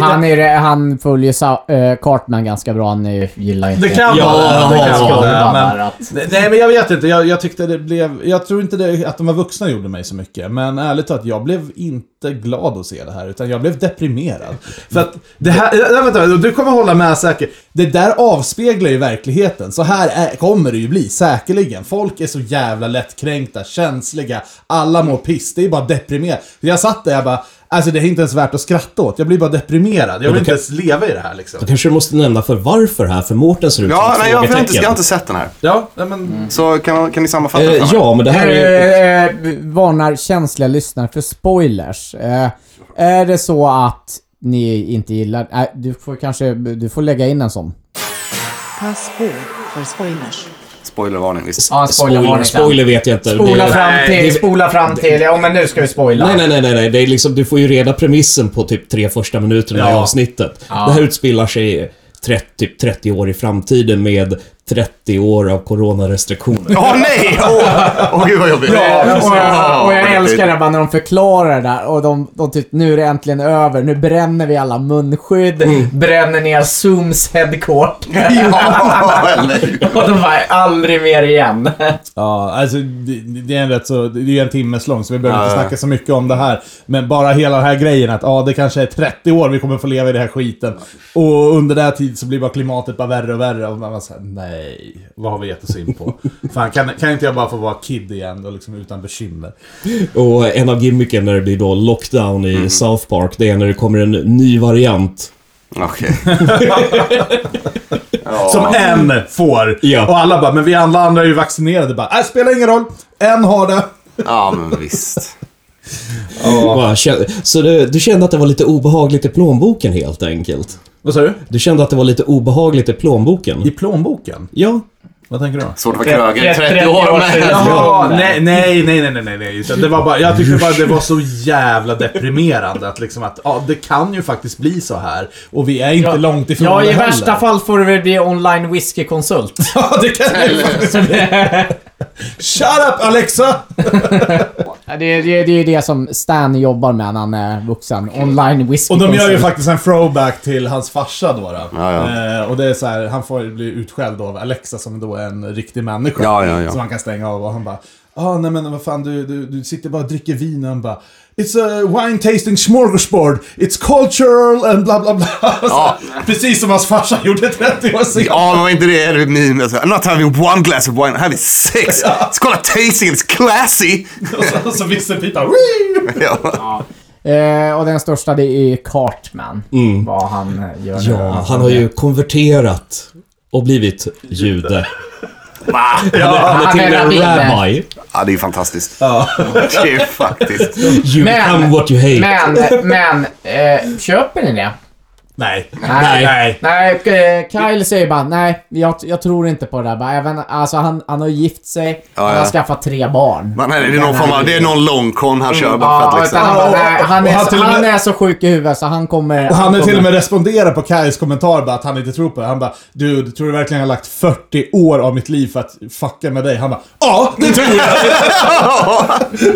Speaker 4: Han, är, ju- han följer Sa- eh, Cartman ganska bra. Han är, gillar inte...
Speaker 1: Det kan
Speaker 5: Ja,
Speaker 1: vara det. Det kan
Speaker 5: ja,
Speaker 1: vara
Speaker 4: ja,
Speaker 1: det.
Speaker 4: där
Speaker 1: Men,
Speaker 4: att-
Speaker 1: Nej, nej, men jag vet inte. Jag, jag tyckte det blev... Jag tror inte det, att de var vuxna gjorde mig så mycket. Men ärligt talat, jag blev inte glad att se det här. Utan jag blev deprimerad. För att det här... Nej, vänta, du kommer hålla med säkert. Det där avspeglar ju verkligheten. Så här är, kommer det ju bli, säkerligen. Folk är så jävla lättkränkta, känsliga. Alla mår piss. Det är bara deprimerat. Jag satt där jag bara... Alltså det är inte ens värt att skratta åt. Jag blir bara deprimerad. Jag vill inte ens leva i det här liksom.
Speaker 5: Då kanske du måste nämna för varför här, för Mårten ser ut
Speaker 2: Ja,
Speaker 5: som ett
Speaker 2: nej, jag, har inte,
Speaker 5: frågetecken.
Speaker 2: jag har inte sett den här.
Speaker 1: Ja, nej, men...
Speaker 2: Så kan, kan ni sammanfatta den?
Speaker 5: Eh, ja, men det här är...
Speaker 4: Eh, eh, varnar känsliga lyssnare för spoilers. Eh, är det så att ni inte gillar... Eh, du får kanske... Du får lägga in en sån.
Speaker 3: Pass på för spoilers.
Speaker 2: Spoilervarning, visst.
Speaker 4: Ja, en
Speaker 5: Spoiler, spoiler vet jag inte.
Speaker 4: Spola
Speaker 5: Det-
Speaker 4: fram till, spola fram till. Ja, men nu ska vi spoila.
Speaker 5: Nej, nej, nej, nej, nej. Det är liksom, du får ju reda premissen på typ tre första minuterna i
Speaker 1: Ja.
Speaker 5: avsnittet. Det här utspelar sig 30, typ 30 år i framtiden med 30 år av coronarestriktioner.
Speaker 2: Åh nej! Åh åh, gud vad jobbigt.
Speaker 4: och, jag, och jag
Speaker 2: Åh,
Speaker 4: älskar det bara när de förklarar det där och de, de typ, nu är det äntligen över, nu bränner vi alla munskydd, bränner ner Zooms headquarter.
Speaker 2: Ja, eller-
Speaker 4: och de bara, aldrig mer igen.
Speaker 1: Ja, alltså det, det är en rätt så... Det är ju en timmes lång, så vi behöver inte
Speaker 2: Ja, ja.
Speaker 1: snacka så mycket om det här. Men bara hela den här grejen att ja, det kanske är 30 år vi kommer få leva i den här skiten. Och under den här tiden så blir bara klimatet bara värre och värre. Och man bara såhär, nej. Vad har vi gett oss in på? Fan, kan, kan inte jag bara få vara kid igen då, liksom utan bekymmer?
Speaker 5: Och en av gimmicken när det blir då lockdown i South Park, det är när det kommer en ny variant.
Speaker 2: Okej.
Speaker 1: Som en får.
Speaker 5: Ja.
Speaker 1: Och alla bara, men vi alla andra är ju vaccinerade. Bara, äh, spelar ingen roll. En har det.
Speaker 2: Ja, men visst.
Speaker 5: Bara kä- Så du, du kände att det var lite obehagligt i plånboken helt enkelt?
Speaker 1: Vad sa du?
Speaker 5: Du kände att det var lite obehagligt i
Speaker 1: I
Speaker 5: plånboken?
Speaker 1: plånboken?
Speaker 5: Ja.
Speaker 1: Vad tänker du då?
Speaker 2: Svårt att vara krögare i 30 år med.
Speaker 1: Jaha,
Speaker 4: Ja.
Speaker 1: nej, nej, nej, nej, nej, nej, nej. Utan Det var bara, jag tyckte bara det var så jävla deprimerande att liksom att, ja, det kan ju faktiskt bli så här. Och vi är inte långt ifrån
Speaker 4: Ja,
Speaker 1: det
Speaker 4: i
Speaker 1: heller.
Speaker 4: värsta fall får du väl bli online whiskykonsult.
Speaker 1: Ja, det kan ju faktiskt bli. Shut up Alexa!
Speaker 4: Ja, Det, det, det är ju det som Stan jobbar med när han är vuxen. Online whisky
Speaker 1: Och de gör ju faktiskt en throwback till hans farsa då. då.
Speaker 2: Ja, ja.
Speaker 1: Eh, och det är så här, han får ju bli utskälld av Alexa som då är en riktig människa.
Speaker 2: Ja, ja, ja.
Speaker 1: Som han kan stänga av och han bara Ah, nej men vad fan, du, du, du sitter bara och dricker vin och han bara It's a wine tasting smorgasbord, it's cultural and bla bla bla.
Speaker 2: Ja.
Speaker 1: Precis som hans farsa gjorde 30 år senare.
Speaker 2: Ja, men var inte det är mimen? Not having one glass of wine, having six. It's called a tasting, it's classy.
Speaker 1: Och så, så visselpipa. "Wii!"
Speaker 2: Ja.
Speaker 4: Eh, och den största det är Cartman.
Speaker 1: Mm.
Speaker 4: Vad han eh, gör nu.
Speaker 5: Ja, han har ju konverterat och blivit jude.
Speaker 2: Va?
Speaker 5: Han är, han är till och med
Speaker 4: rabbiner.
Speaker 5: rabbi.
Speaker 2: Ja, det är ju fantastiskt. Det är ju faktiskt.
Speaker 5: You
Speaker 4: Men-
Speaker 5: become what you hate.
Speaker 4: Men, men, eh, köper ni det?
Speaker 1: Nej.
Speaker 4: Nej.
Speaker 1: Nej.
Speaker 4: Nej, eh, Kyle säger bara nej, jag, jag tror inte på det där. Bara, Även, alltså, han, han har gift sig, han har
Speaker 2: ja.
Speaker 4: skaffat tre barn.
Speaker 2: Men nej, det är någon form av, det är någon long con han kör bara för
Speaker 4: Ja,
Speaker 5: Mm.
Speaker 2: att
Speaker 4: utan han,
Speaker 2: liksom.
Speaker 4: bara, nej, han,
Speaker 1: Och
Speaker 4: är,
Speaker 1: han
Speaker 4: så-
Speaker 1: till och med-
Speaker 4: han är så sjuk i huvudet så han kommer...
Speaker 1: Och han är till och med responderar på Kajs kommentar bara att han inte tror på det. Han bara du, tror du verkligen jag har lagt 40 år av mitt liv för att fucka med dig? Han bara ja, det tror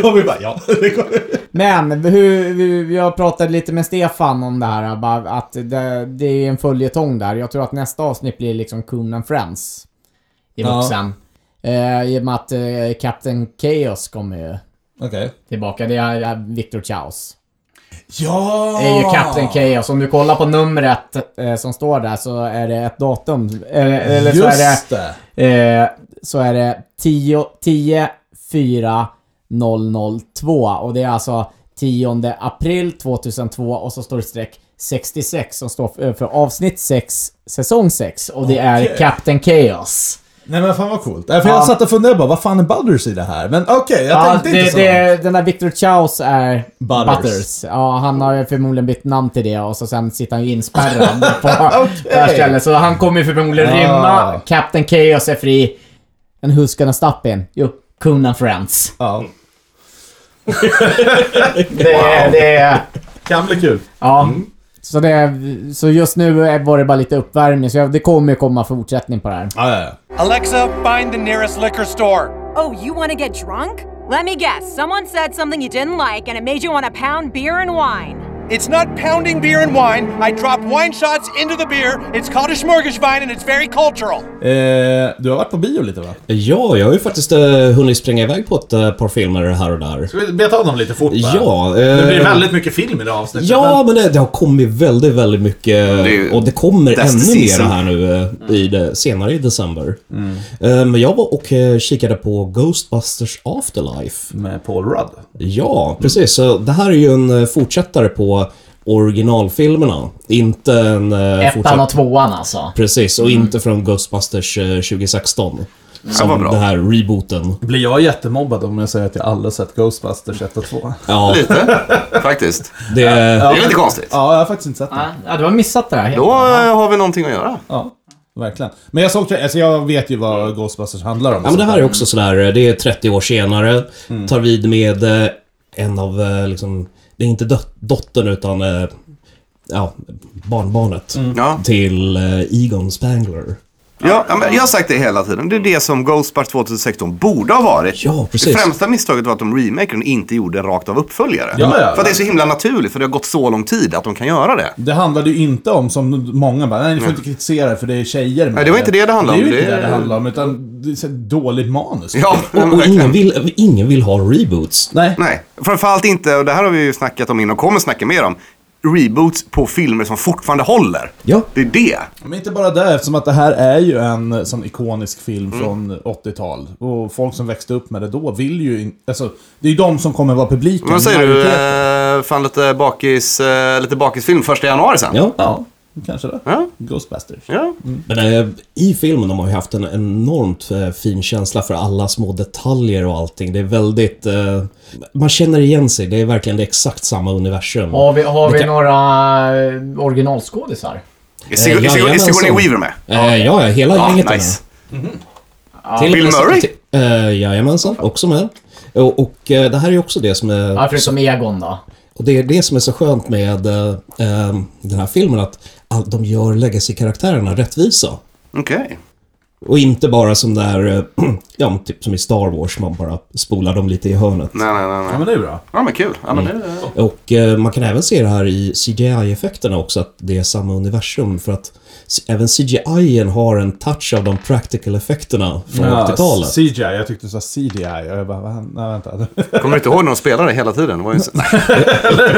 Speaker 1: jag. och vi bara ja, det går.
Speaker 4: Men hur, hur- jag pratade lite med Stefan om det här, bara att det, det är en följetong där. Jag tror att nästa avsnitt blir liksom Coon and Friends. I
Speaker 1: Ja.
Speaker 4: vuxen. Eh, I och med att eh, Captain Chaos kommer ju
Speaker 1: Okej.
Speaker 4: tillbaka. Det är är Victor Chaos.
Speaker 1: Ja!
Speaker 4: Det är ju Captain Chaos. Om du kollar på numret eh, som står där så är det ett datum. Eller, eller så är det...
Speaker 1: Just det.
Speaker 4: Eh, så är det 10, 10 4 002 och det är alltså 10 april 2002 och så står det streck 66 som står för, för avsnitt 6, säsong 6 och det är
Speaker 1: Okej.
Speaker 4: Captain Chaos.
Speaker 1: Nej men fan vad coolt. Äh, För
Speaker 4: Ja.
Speaker 1: jag satt och funderade bara, vad fan är Butters i det här? Men okej, jag
Speaker 4: Ja,
Speaker 1: tänkte inte
Speaker 4: det,
Speaker 1: så.
Speaker 4: det, den där Victor Chaos är
Speaker 1: Butters.
Speaker 4: Butters. Ja, han har ju förmodligen bytt namn till det och så sen sitter han ju inspärrad på det här stället. Så han kommer ju förmodligen
Speaker 1: Ah.
Speaker 4: rymma. Captain Chaos är fri. En huskarna Stappin. Jo, Kuna Friends.
Speaker 1: Ja.
Speaker 4: Det, det,
Speaker 1: Kan bli kul.
Speaker 4: ja. Så, det, så just nu är- var det bara lite uppvärmning, så jag- det kommer ju komma fortsättning på det här.
Speaker 1: Ja, ja, ja.
Speaker 6: Alexa, find the nearest liquor store.
Speaker 7: Oh, you want to get drunk? Let me guess. Someone said something you didn't like and it made you want to pound beer and wine.
Speaker 6: It's not pounding beer and wine. I drop wine shots into the beer. It's called a smorgasbord and it's very cultural.
Speaker 1: Eh, du har varit på bio lite va?
Speaker 5: Ja, jag har ju faktiskt eh, hunnit springa iväg på ett eh, par filmer här och där.
Speaker 1: Ska vi beta av dem lite fort
Speaker 5: Ja, eh,
Speaker 1: Det blir väldigt mycket film i det här avsnittet.
Speaker 5: Ja, men det, det har kommit väldigt, väldigt mycket
Speaker 2: ju
Speaker 5: och det kommer
Speaker 2: bästa
Speaker 5: ännu mer
Speaker 2: season. Mm.
Speaker 5: här nu eh, i det, senare i december. Eh, Men jag var och eh, kikade på Ghostbusters Afterlife.
Speaker 1: Men- Med Paul Rudd.
Speaker 5: Ja, precis. Så det här är ju en eh, fortsättare på originalfilmerna. Inte en eh,
Speaker 4: Ettan och tvåan alltså.
Speaker 5: Precis, och inte från Ghostbusters eh, 2016. Som
Speaker 2: vad bra.
Speaker 5: den här rebooten.
Speaker 1: Blir jag jättemobbad om jag säger att jag aldrig sett Ghostbusters 1 och 2?
Speaker 5: Ja,
Speaker 2: Lite, faktiskt.
Speaker 5: det är...
Speaker 2: Det är lite konstigt.
Speaker 1: Ja, jag har faktiskt inte sett den.
Speaker 4: Ja, du har missat det här.
Speaker 2: Då eh, har vi någonting att göra.
Speaker 1: Ja, verkligen. Men jag såg tra- alltså jag vet ju
Speaker 2: Mm.
Speaker 1: vad Ghostbusters handlar om.
Speaker 5: Ja, men det här är också sådär, det är 30 år senare,
Speaker 2: Mm.
Speaker 5: tar vid med eh, en av, eh, liksom, det är inte dot- dottern utan eh, ja, barnbarnet
Speaker 2: Mm. Ja.
Speaker 5: till eh, Egon Spangler.
Speaker 2: Ja, ja, men jag har sagt det hela tiden. Det är det som Ghostbusters 2016 borde ha varit.
Speaker 5: Ja, precis.
Speaker 2: Det främsta misstaget var att de remaken inte gjorde en rakt av uppföljare.
Speaker 8: Ja, ja,
Speaker 2: För att det är så himla naturligt, för det har gått så lång tid att de kan göra det.
Speaker 1: Det handlade ju inte om, som många bara, nej ni får inte kritisera för det är tjejer med.
Speaker 2: Mm. Nej, det var inte det det handlade
Speaker 1: Det är
Speaker 2: om.
Speaker 1: ju inte
Speaker 2: Det-
Speaker 1: det det handlade om, utan det är så här dåligt manus.
Speaker 2: Ja, men
Speaker 5: Och
Speaker 2: verkligen.
Speaker 5: ingen vill, ingen vill ha reboots.
Speaker 1: Nej.
Speaker 2: Nej, framförallt inte, och det här har vi ju snackat om innan och kommer snacka mer om, reboots på filmer som fortfarande håller.
Speaker 5: Ja.
Speaker 2: Det är det.
Speaker 1: Men inte bara det, eftersom att det här är ju en eh, sån ikonisk film
Speaker 2: Mm.
Speaker 1: från 80-tal. Och folk som växte upp med det då vill ju in, Alltså, det är ju de som kommer vara publiken.
Speaker 2: Vad säger du?
Speaker 1: majoriteten.
Speaker 2: Eh, fan lite, bakis, eh, lite bakisfilm första januari sen.
Speaker 5: Ja.
Speaker 1: Ja, kanske det.
Speaker 2: Ja.
Speaker 1: Ghostbusters.
Speaker 2: Ja.
Speaker 5: Men eh, i filmen de har ju haft en enormt eh, fin känsla för alla små detaljer och allting. Det är väldigt... Eh, man känner igen sig. Det är verkligen det exakt samma universum.
Speaker 4: Har vi, har vi några eh, originalskådisar?
Speaker 2: Är Sigour-
Speaker 5: Eh,
Speaker 2: är Sigour- är Sigourney
Speaker 5: jajamensan.
Speaker 2: Weaver med?
Speaker 5: Eh, ja, ja, hela
Speaker 2: Ja,
Speaker 5: gänget är med.
Speaker 2: nice.
Speaker 5: Till och
Speaker 2: Bill
Speaker 5: med-
Speaker 2: Murray?
Speaker 5: till- eh, jajamensan, också med. Och, och eh, det här är ju också det som är...
Speaker 4: Ja, förutom Egon då.
Speaker 5: Och det är det som är så skönt med eh, eh, den här filmen, att all, de gör legacy-karaktärerna rättvisa.
Speaker 2: Okej.
Speaker 5: Och inte bara som där, eh, ja, men typ som i Star Wars, man bara spolar dem lite i hörnet.
Speaker 2: Nej, nej, nej. nej.
Speaker 1: Ja, men det är bra.
Speaker 2: Ja, men kul. Ja, men det...
Speaker 5: Och eh, man kan även se det här i CGI-effekterna också, att det är samma universum. För att s- även CGI en har en touch av de practical effekterna från 80-talet.
Speaker 1: CGI. Jag tyckte du sa CDI. Och jag bara, vad hände? Nej, vänta.
Speaker 2: Kommer du inte ihåg när de spelade hela tiden? Det var ju en...
Speaker 5: Mm.
Speaker 2: Nej.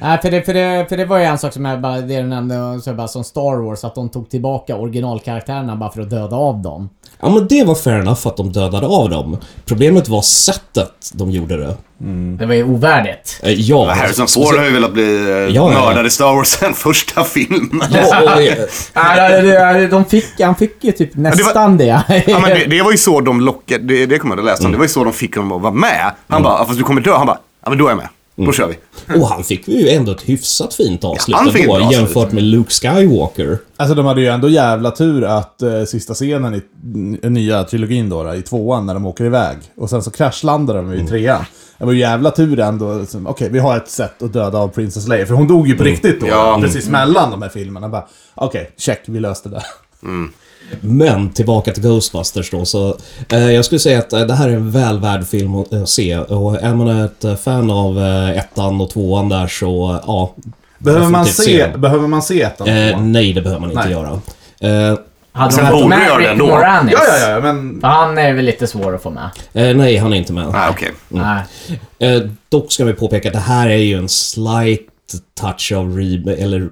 Speaker 4: Nej, för det, för, det, för det var ju en sak som jag bara, det du nämnde, så jag bara, som Star Wars, att de tog tillbaka originalkaraktärerna bara för att döda av dem.
Speaker 5: Ja, men det var fair enough att de dödade av dem. Problemet var sättet de gjorde det.
Speaker 4: Mm. Det var ju ovärdigt.
Speaker 5: Eh, Ja.
Speaker 2: Harrison Ford har ju velat bli eh,
Speaker 5: ja, ja.
Speaker 2: mördad i Star Wars sen första filmen.
Speaker 5: Ja, och, eh,
Speaker 4: Nej, det- det- de fick, han fick ju typ nästan det.
Speaker 2: Ja, men det, det var ju så de lockade, det, det kommer jag att läsa
Speaker 5: Mm.
Speaker 2: om, det var ju så de fick honom att vara med. Han bara, "Ja, fast du kommer dö. Han bara, ja men då är jag med. Då
Speaker 5: Mm.
Speaker 2: kör vi.
Speaker 5: och han fick ju ändå ett hyfsat fint avslut
Speaker 2: Ja, han fick ett bra
Speaker 5: ändå, jämfört
Speaker 2: avslut.
Speaker 5: med Luke Skywalker.
Speaker 1: Alltså de hade ju ändå jävla tur att eh, sista scenen i n- nya trilogin då, då, i tvåan, när de åker iväg. Och sen så kraschlandar de
Speaker 5: Mm.
Speaker 1: i trean. Det var ju jävla tur ändå. liksom, Okej, vi har ett sätt att döda av Princess Leia. För hon dog
Speaker 5: Mm.
Speaker 1: ju på riktigt då.
Speaker 2: Ja.
Speaker 1: Precis mellan de här filmerna. Bara, Okej, check, vi löste det.
Speaker 5: Men tillbaka till Ghostbusters då, så eh, jag skulle säga att eh, det här är en väl värd film att eh, se. Och är man ett eh, fan av eh, ettan och tvåan där så, eh, ja.
Speaker 1: Behöver man
Speaker 5: definitivt
Speaker 1: se,
Speaker 5: den.
Speaker 1: behöver man se ettan?
Speaker 5: Eh, nej, det behöver man inte
Speaker 1: Nej.
Speaker 5: göra. Eh,
Speaker 4: Hade
Speaker 2: Sen
Speaker 4: de fått
Speaker 2: borde
Speaker 4: med
Speaker 2: jag
Speaker 4: Rick
Speaker 2: det ändå.
Speaker 4: Moranis?
Speaker 1: Ja, ja, ja, men...
Speaker 4: För han är väl lite svår att få med.
Speaker 5: eh, nej, han är inte med.
Speaker 2: Ah, okej.
Speaker 4: Nej.
Speaker 5: Eh, dock ska vi påpeka att det här är ju en slight touch av re- eller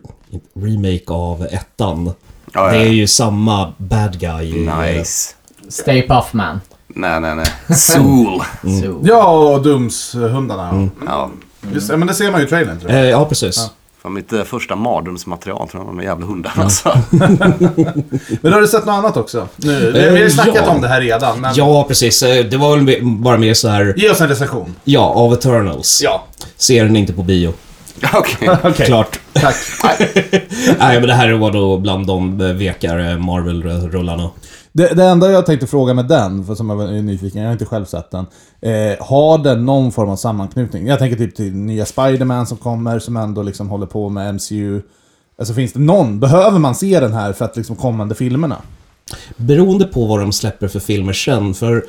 Speaker 5: remake av ettan.
Speaker 2: ja,
Speaker 5: Det
Speaker 2: ja.
Speaker 5: är ju samma bad guy. i, eh,
Speaker 2: Nice.
Speaker 4: Stay Puffman.
Speaker 5: Mm.
Speaker 2: Nej, nej, nej. Sol.
Speaker 4: Så.
Speaker 1: Ja, och Dumshundarna.
Speaker 5: Mm.
Speaker 2: Ja.
Speaker 1: Just, ja, men det ser man ju i trailern tror jag.
Speaker 5: Eh, ja, precis.
Speaker 2: Fan, mitt eh, första mardrömsmaterial tror jag var de jävla hundarna alltså.
Speaker 1: Men har du sett något annat också? Nu, vi har ju
Speaker 5: Eh,
Speaker 1: snackat
Speaker 5: ja.
Speaker 1: om det här redan. Men...
Speaker 5: Ja, precis. Eh, Det var väl me- bara mer så här...
Speaker 1: Ge oss en recension.
Speaker 5: Ja, av Eternals.
Speaker 1: Ja.
Speaker 5: Ser den inte på bio.
Speaker 2: Okej.
Speaker 1: Okej.
Speaker 5: Klart.
Speaker 1: Tack.
Speaker 5: Nej, men det här var då bland de eh, vekare Marvel-rullarna.
Speaker 1: Det, det enda jag tänkte fråga med den, för som jag är nyfiken, jag har inte själv sett den. Eh, har den någon form av sammanknutning? Jag tänker typ till nya Spider-Man som kommer, som ändå liksom håller på med MCU. Alltså finns det någon? Behöver man se den här för att liksom kommande filmerna?
Speaker 5: Beroende på vad de släpper för filmer sen, för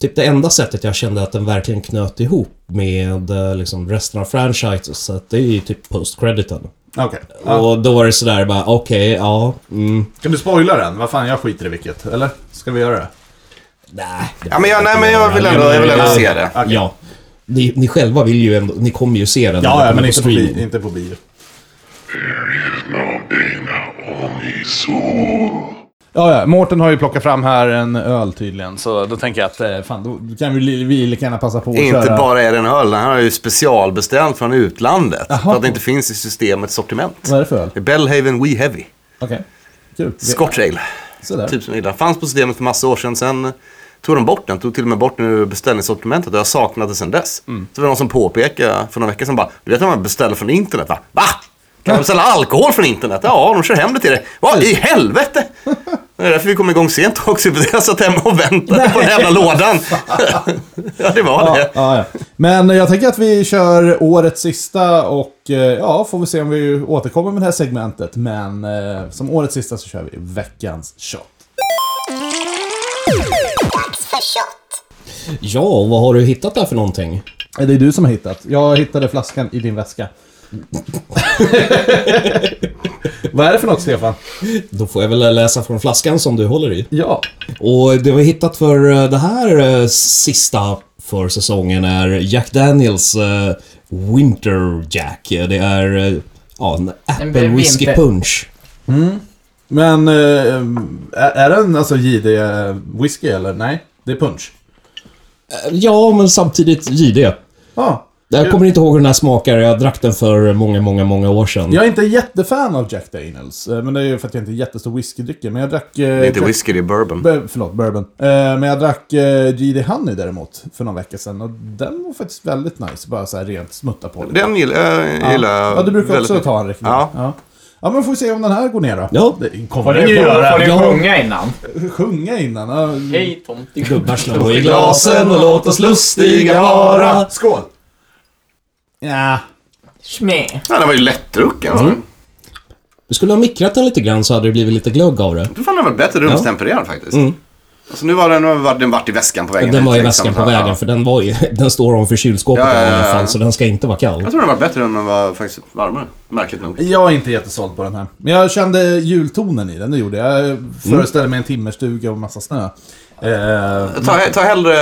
Speaker 5: typ det enda sättet jag kände att den verkligen knöt ihop med eh, liksom resten av franchises, så att det är ju typ post-crediten.
Speaker 1: Okej.
Speaker 5: Och då var det sådär bara, okej, ja, mm,
Speaker 1: Kan du spoila den? Vad fan, jag skiter i vilket. Eller? Ska vi göra det?
Speaker 5: nej. det
Speaker 2: Ja, men jag-
Speaker 5: behöver
Speaker 2: nej,
Speaker 5: inte
Speaker 2: men jag
Speaker 5: vara.
Speaker 2: vill ändå- jag vill ändå
Speaker 5: menar,
Speaker 2: se
Speaker 5: ja,
Speaker 2: det.
Speaker 5: Ja. Ni, ni själva vill ju ändå, ni kommer ju se den när den
Speaker 1: Ja, ja
Speaker 5: kommer
Speaker 1: men inte på,
Speaker 5: streaming.
Speaker 1: bio, inte på bio. Ja, ja. Mårten har ju plockat fram här en öl tydligen, så då tänker jag att eh, fan, då kan vi, li- vi lika gärna passa på att
Speaker 2: Inte
Speaker 1: köra.
Speaker 2: bara är den öl, den här är ju specialbeställd från utlandet. För att det inte finns i systemets sortiment.
Speaker 1: Vad är det för öl?
Speaker 2: Det är Bellhaven We Heavy.
Speaker 1: Okej. Kul. Vi-
Speaker 2: Scotch Ale.
Speaker 1: Sådär.
Speaker 2: Typ som gillar. Fanns på systemet för massa år sedan. Sen tog de bort den. Tog till och med bort den ur beställningssortimentet. Och jag saknade det sedan dess.
Speaker 1: Mm.
Speaker 2: Så var det någon som påpekade för några veckor sedan bara. Du vet när man beställer från internet va? Va? Kan man beställa alkohol från internet? Ja, de kör hem det till dig. Vad i helvete? Det är därför vi kom igång sent också. för Jag satt hemma och väntade på den jävla lådan. ja, det var
Speaker 1: Ja,
Speaker 2: det.
Speaker 1: ja, ja. Men jag tänker att vi kör årets sista och eh, ja, får vi se om vi återkommer med det här segmentet. Men eh, som årets sista så kör vi veckans shot.
Speaker 5: Ja, och vad har du hittat där för någonting?
Speaker 1: Det är du som har hittat. Jag hittade flaskan i din väska. Vad är det för något, Stefan?
Speaker 5: Då får jag väl läsa från flaskan som du håller i.
Speaker 1: Ja.
Speaker 5: Och det vi har hittat för eh, det här eh, sista för säsongen är Jack Daniels eh, Winter Jack. Det är eh, ja, en Apple
Speaker 4: vinter-
Speaker 5: Whiskey Punch.
Speaker 1: Men eh, är är den alltså JD whisky eller? Nej, det är punch.
Speaker 5: Ja, men samtidigt JD.
Speaker 1: Ja.
Speaker 5: Jag kommer inte ihåg hur den här smakar. Jag drack den för många, många, många år sedan.
Speaker 1: Jag är inte jättefan av Jack Daniels, eh, men det är ju för att jag inte är jättestor whiskydrycker. Men jag drack... Eh,
Speaker 2: Det är inte
Speaker 1: Jack-
Speaker 2: whisky, det är bourbon.
Speaker 1: B- förlåt, bourbon. Eh, men jag drack eh, GD Honey däremot för någon vecka sedan och den var faktiskt väldigt nice. Bara så här rent smutta på lite.
Speaker 2: Den gillar äh,
Speaker 1: Ja.
Speaker 2: gillar jag
Speaker 1: Ja, du brukar
Speaker 2: väldigt
Speaker 1: också
Speaker 2: mycket.
Speaker 1: ta en riktigt.
Speaker 2: Ja.
Speaker 1: ja. Ja, men får vi se om den här går ner då.
Speaker 5: Ja.
Speaker 1: Det
Speaker 8: Får
Speaker 1: kommer
Speaker 8: du,
Speaker 1: den ju
Speaker 8: får
Speaker 1: göra.
Speaker 8: du
Speaker 5: Ja.
Speaker 8: sjunga innan?
Speaker 1: Sjunga innan. ja.
Speaker 8: Hej tomte.
Speaker 5: Gubbar slå i glasen och låt oss lustiga vara.
Speaker 1: Skål! Ja.
Speaker 8: Schmä.
Speaker 2: Ja, den var ju lättdrucken. alltså.
Speaker 1: Mm.
Speaker 5: Du skulle ha mikrat den lite grann så hade det blivit lite glögg av det.
Speaker 2: Du fann den var bättre rumstempererad faktiskt.
Speaker 5: Mm.
Speaker 2: Alltså, nu var den, den, var, den vart i väskan på vägen.
Speaker 5: Den var i
Speaker 2: hit,
Speaker 5: väskan
Speaker 2: liksom.
Speaker 5: på vägen för den, var ju, den står ovanför kylskåpet
Speaker 2: Ja, ja,
Speaker 5: i
Speaker 2: ja,
Speaker 5: alla
Speaker 2: ja.
Speaker 5: fall så den ska inte vara kall.
Speaker 2: Jag tror den var bättre än den var faktiskt varmare. Märkligt
Speaker 5: Mm.
Speaker 2: nog.
Speaker 1: Jag är inte jättesåld på den här. Men jag kände jultonen i den, det gjorde jag.
Speaker 5: Mm.
Speaker 1: Jag föreställde mig en timmerstuga och massa snö. Eh,
Speaker 2: Ta, ta hellre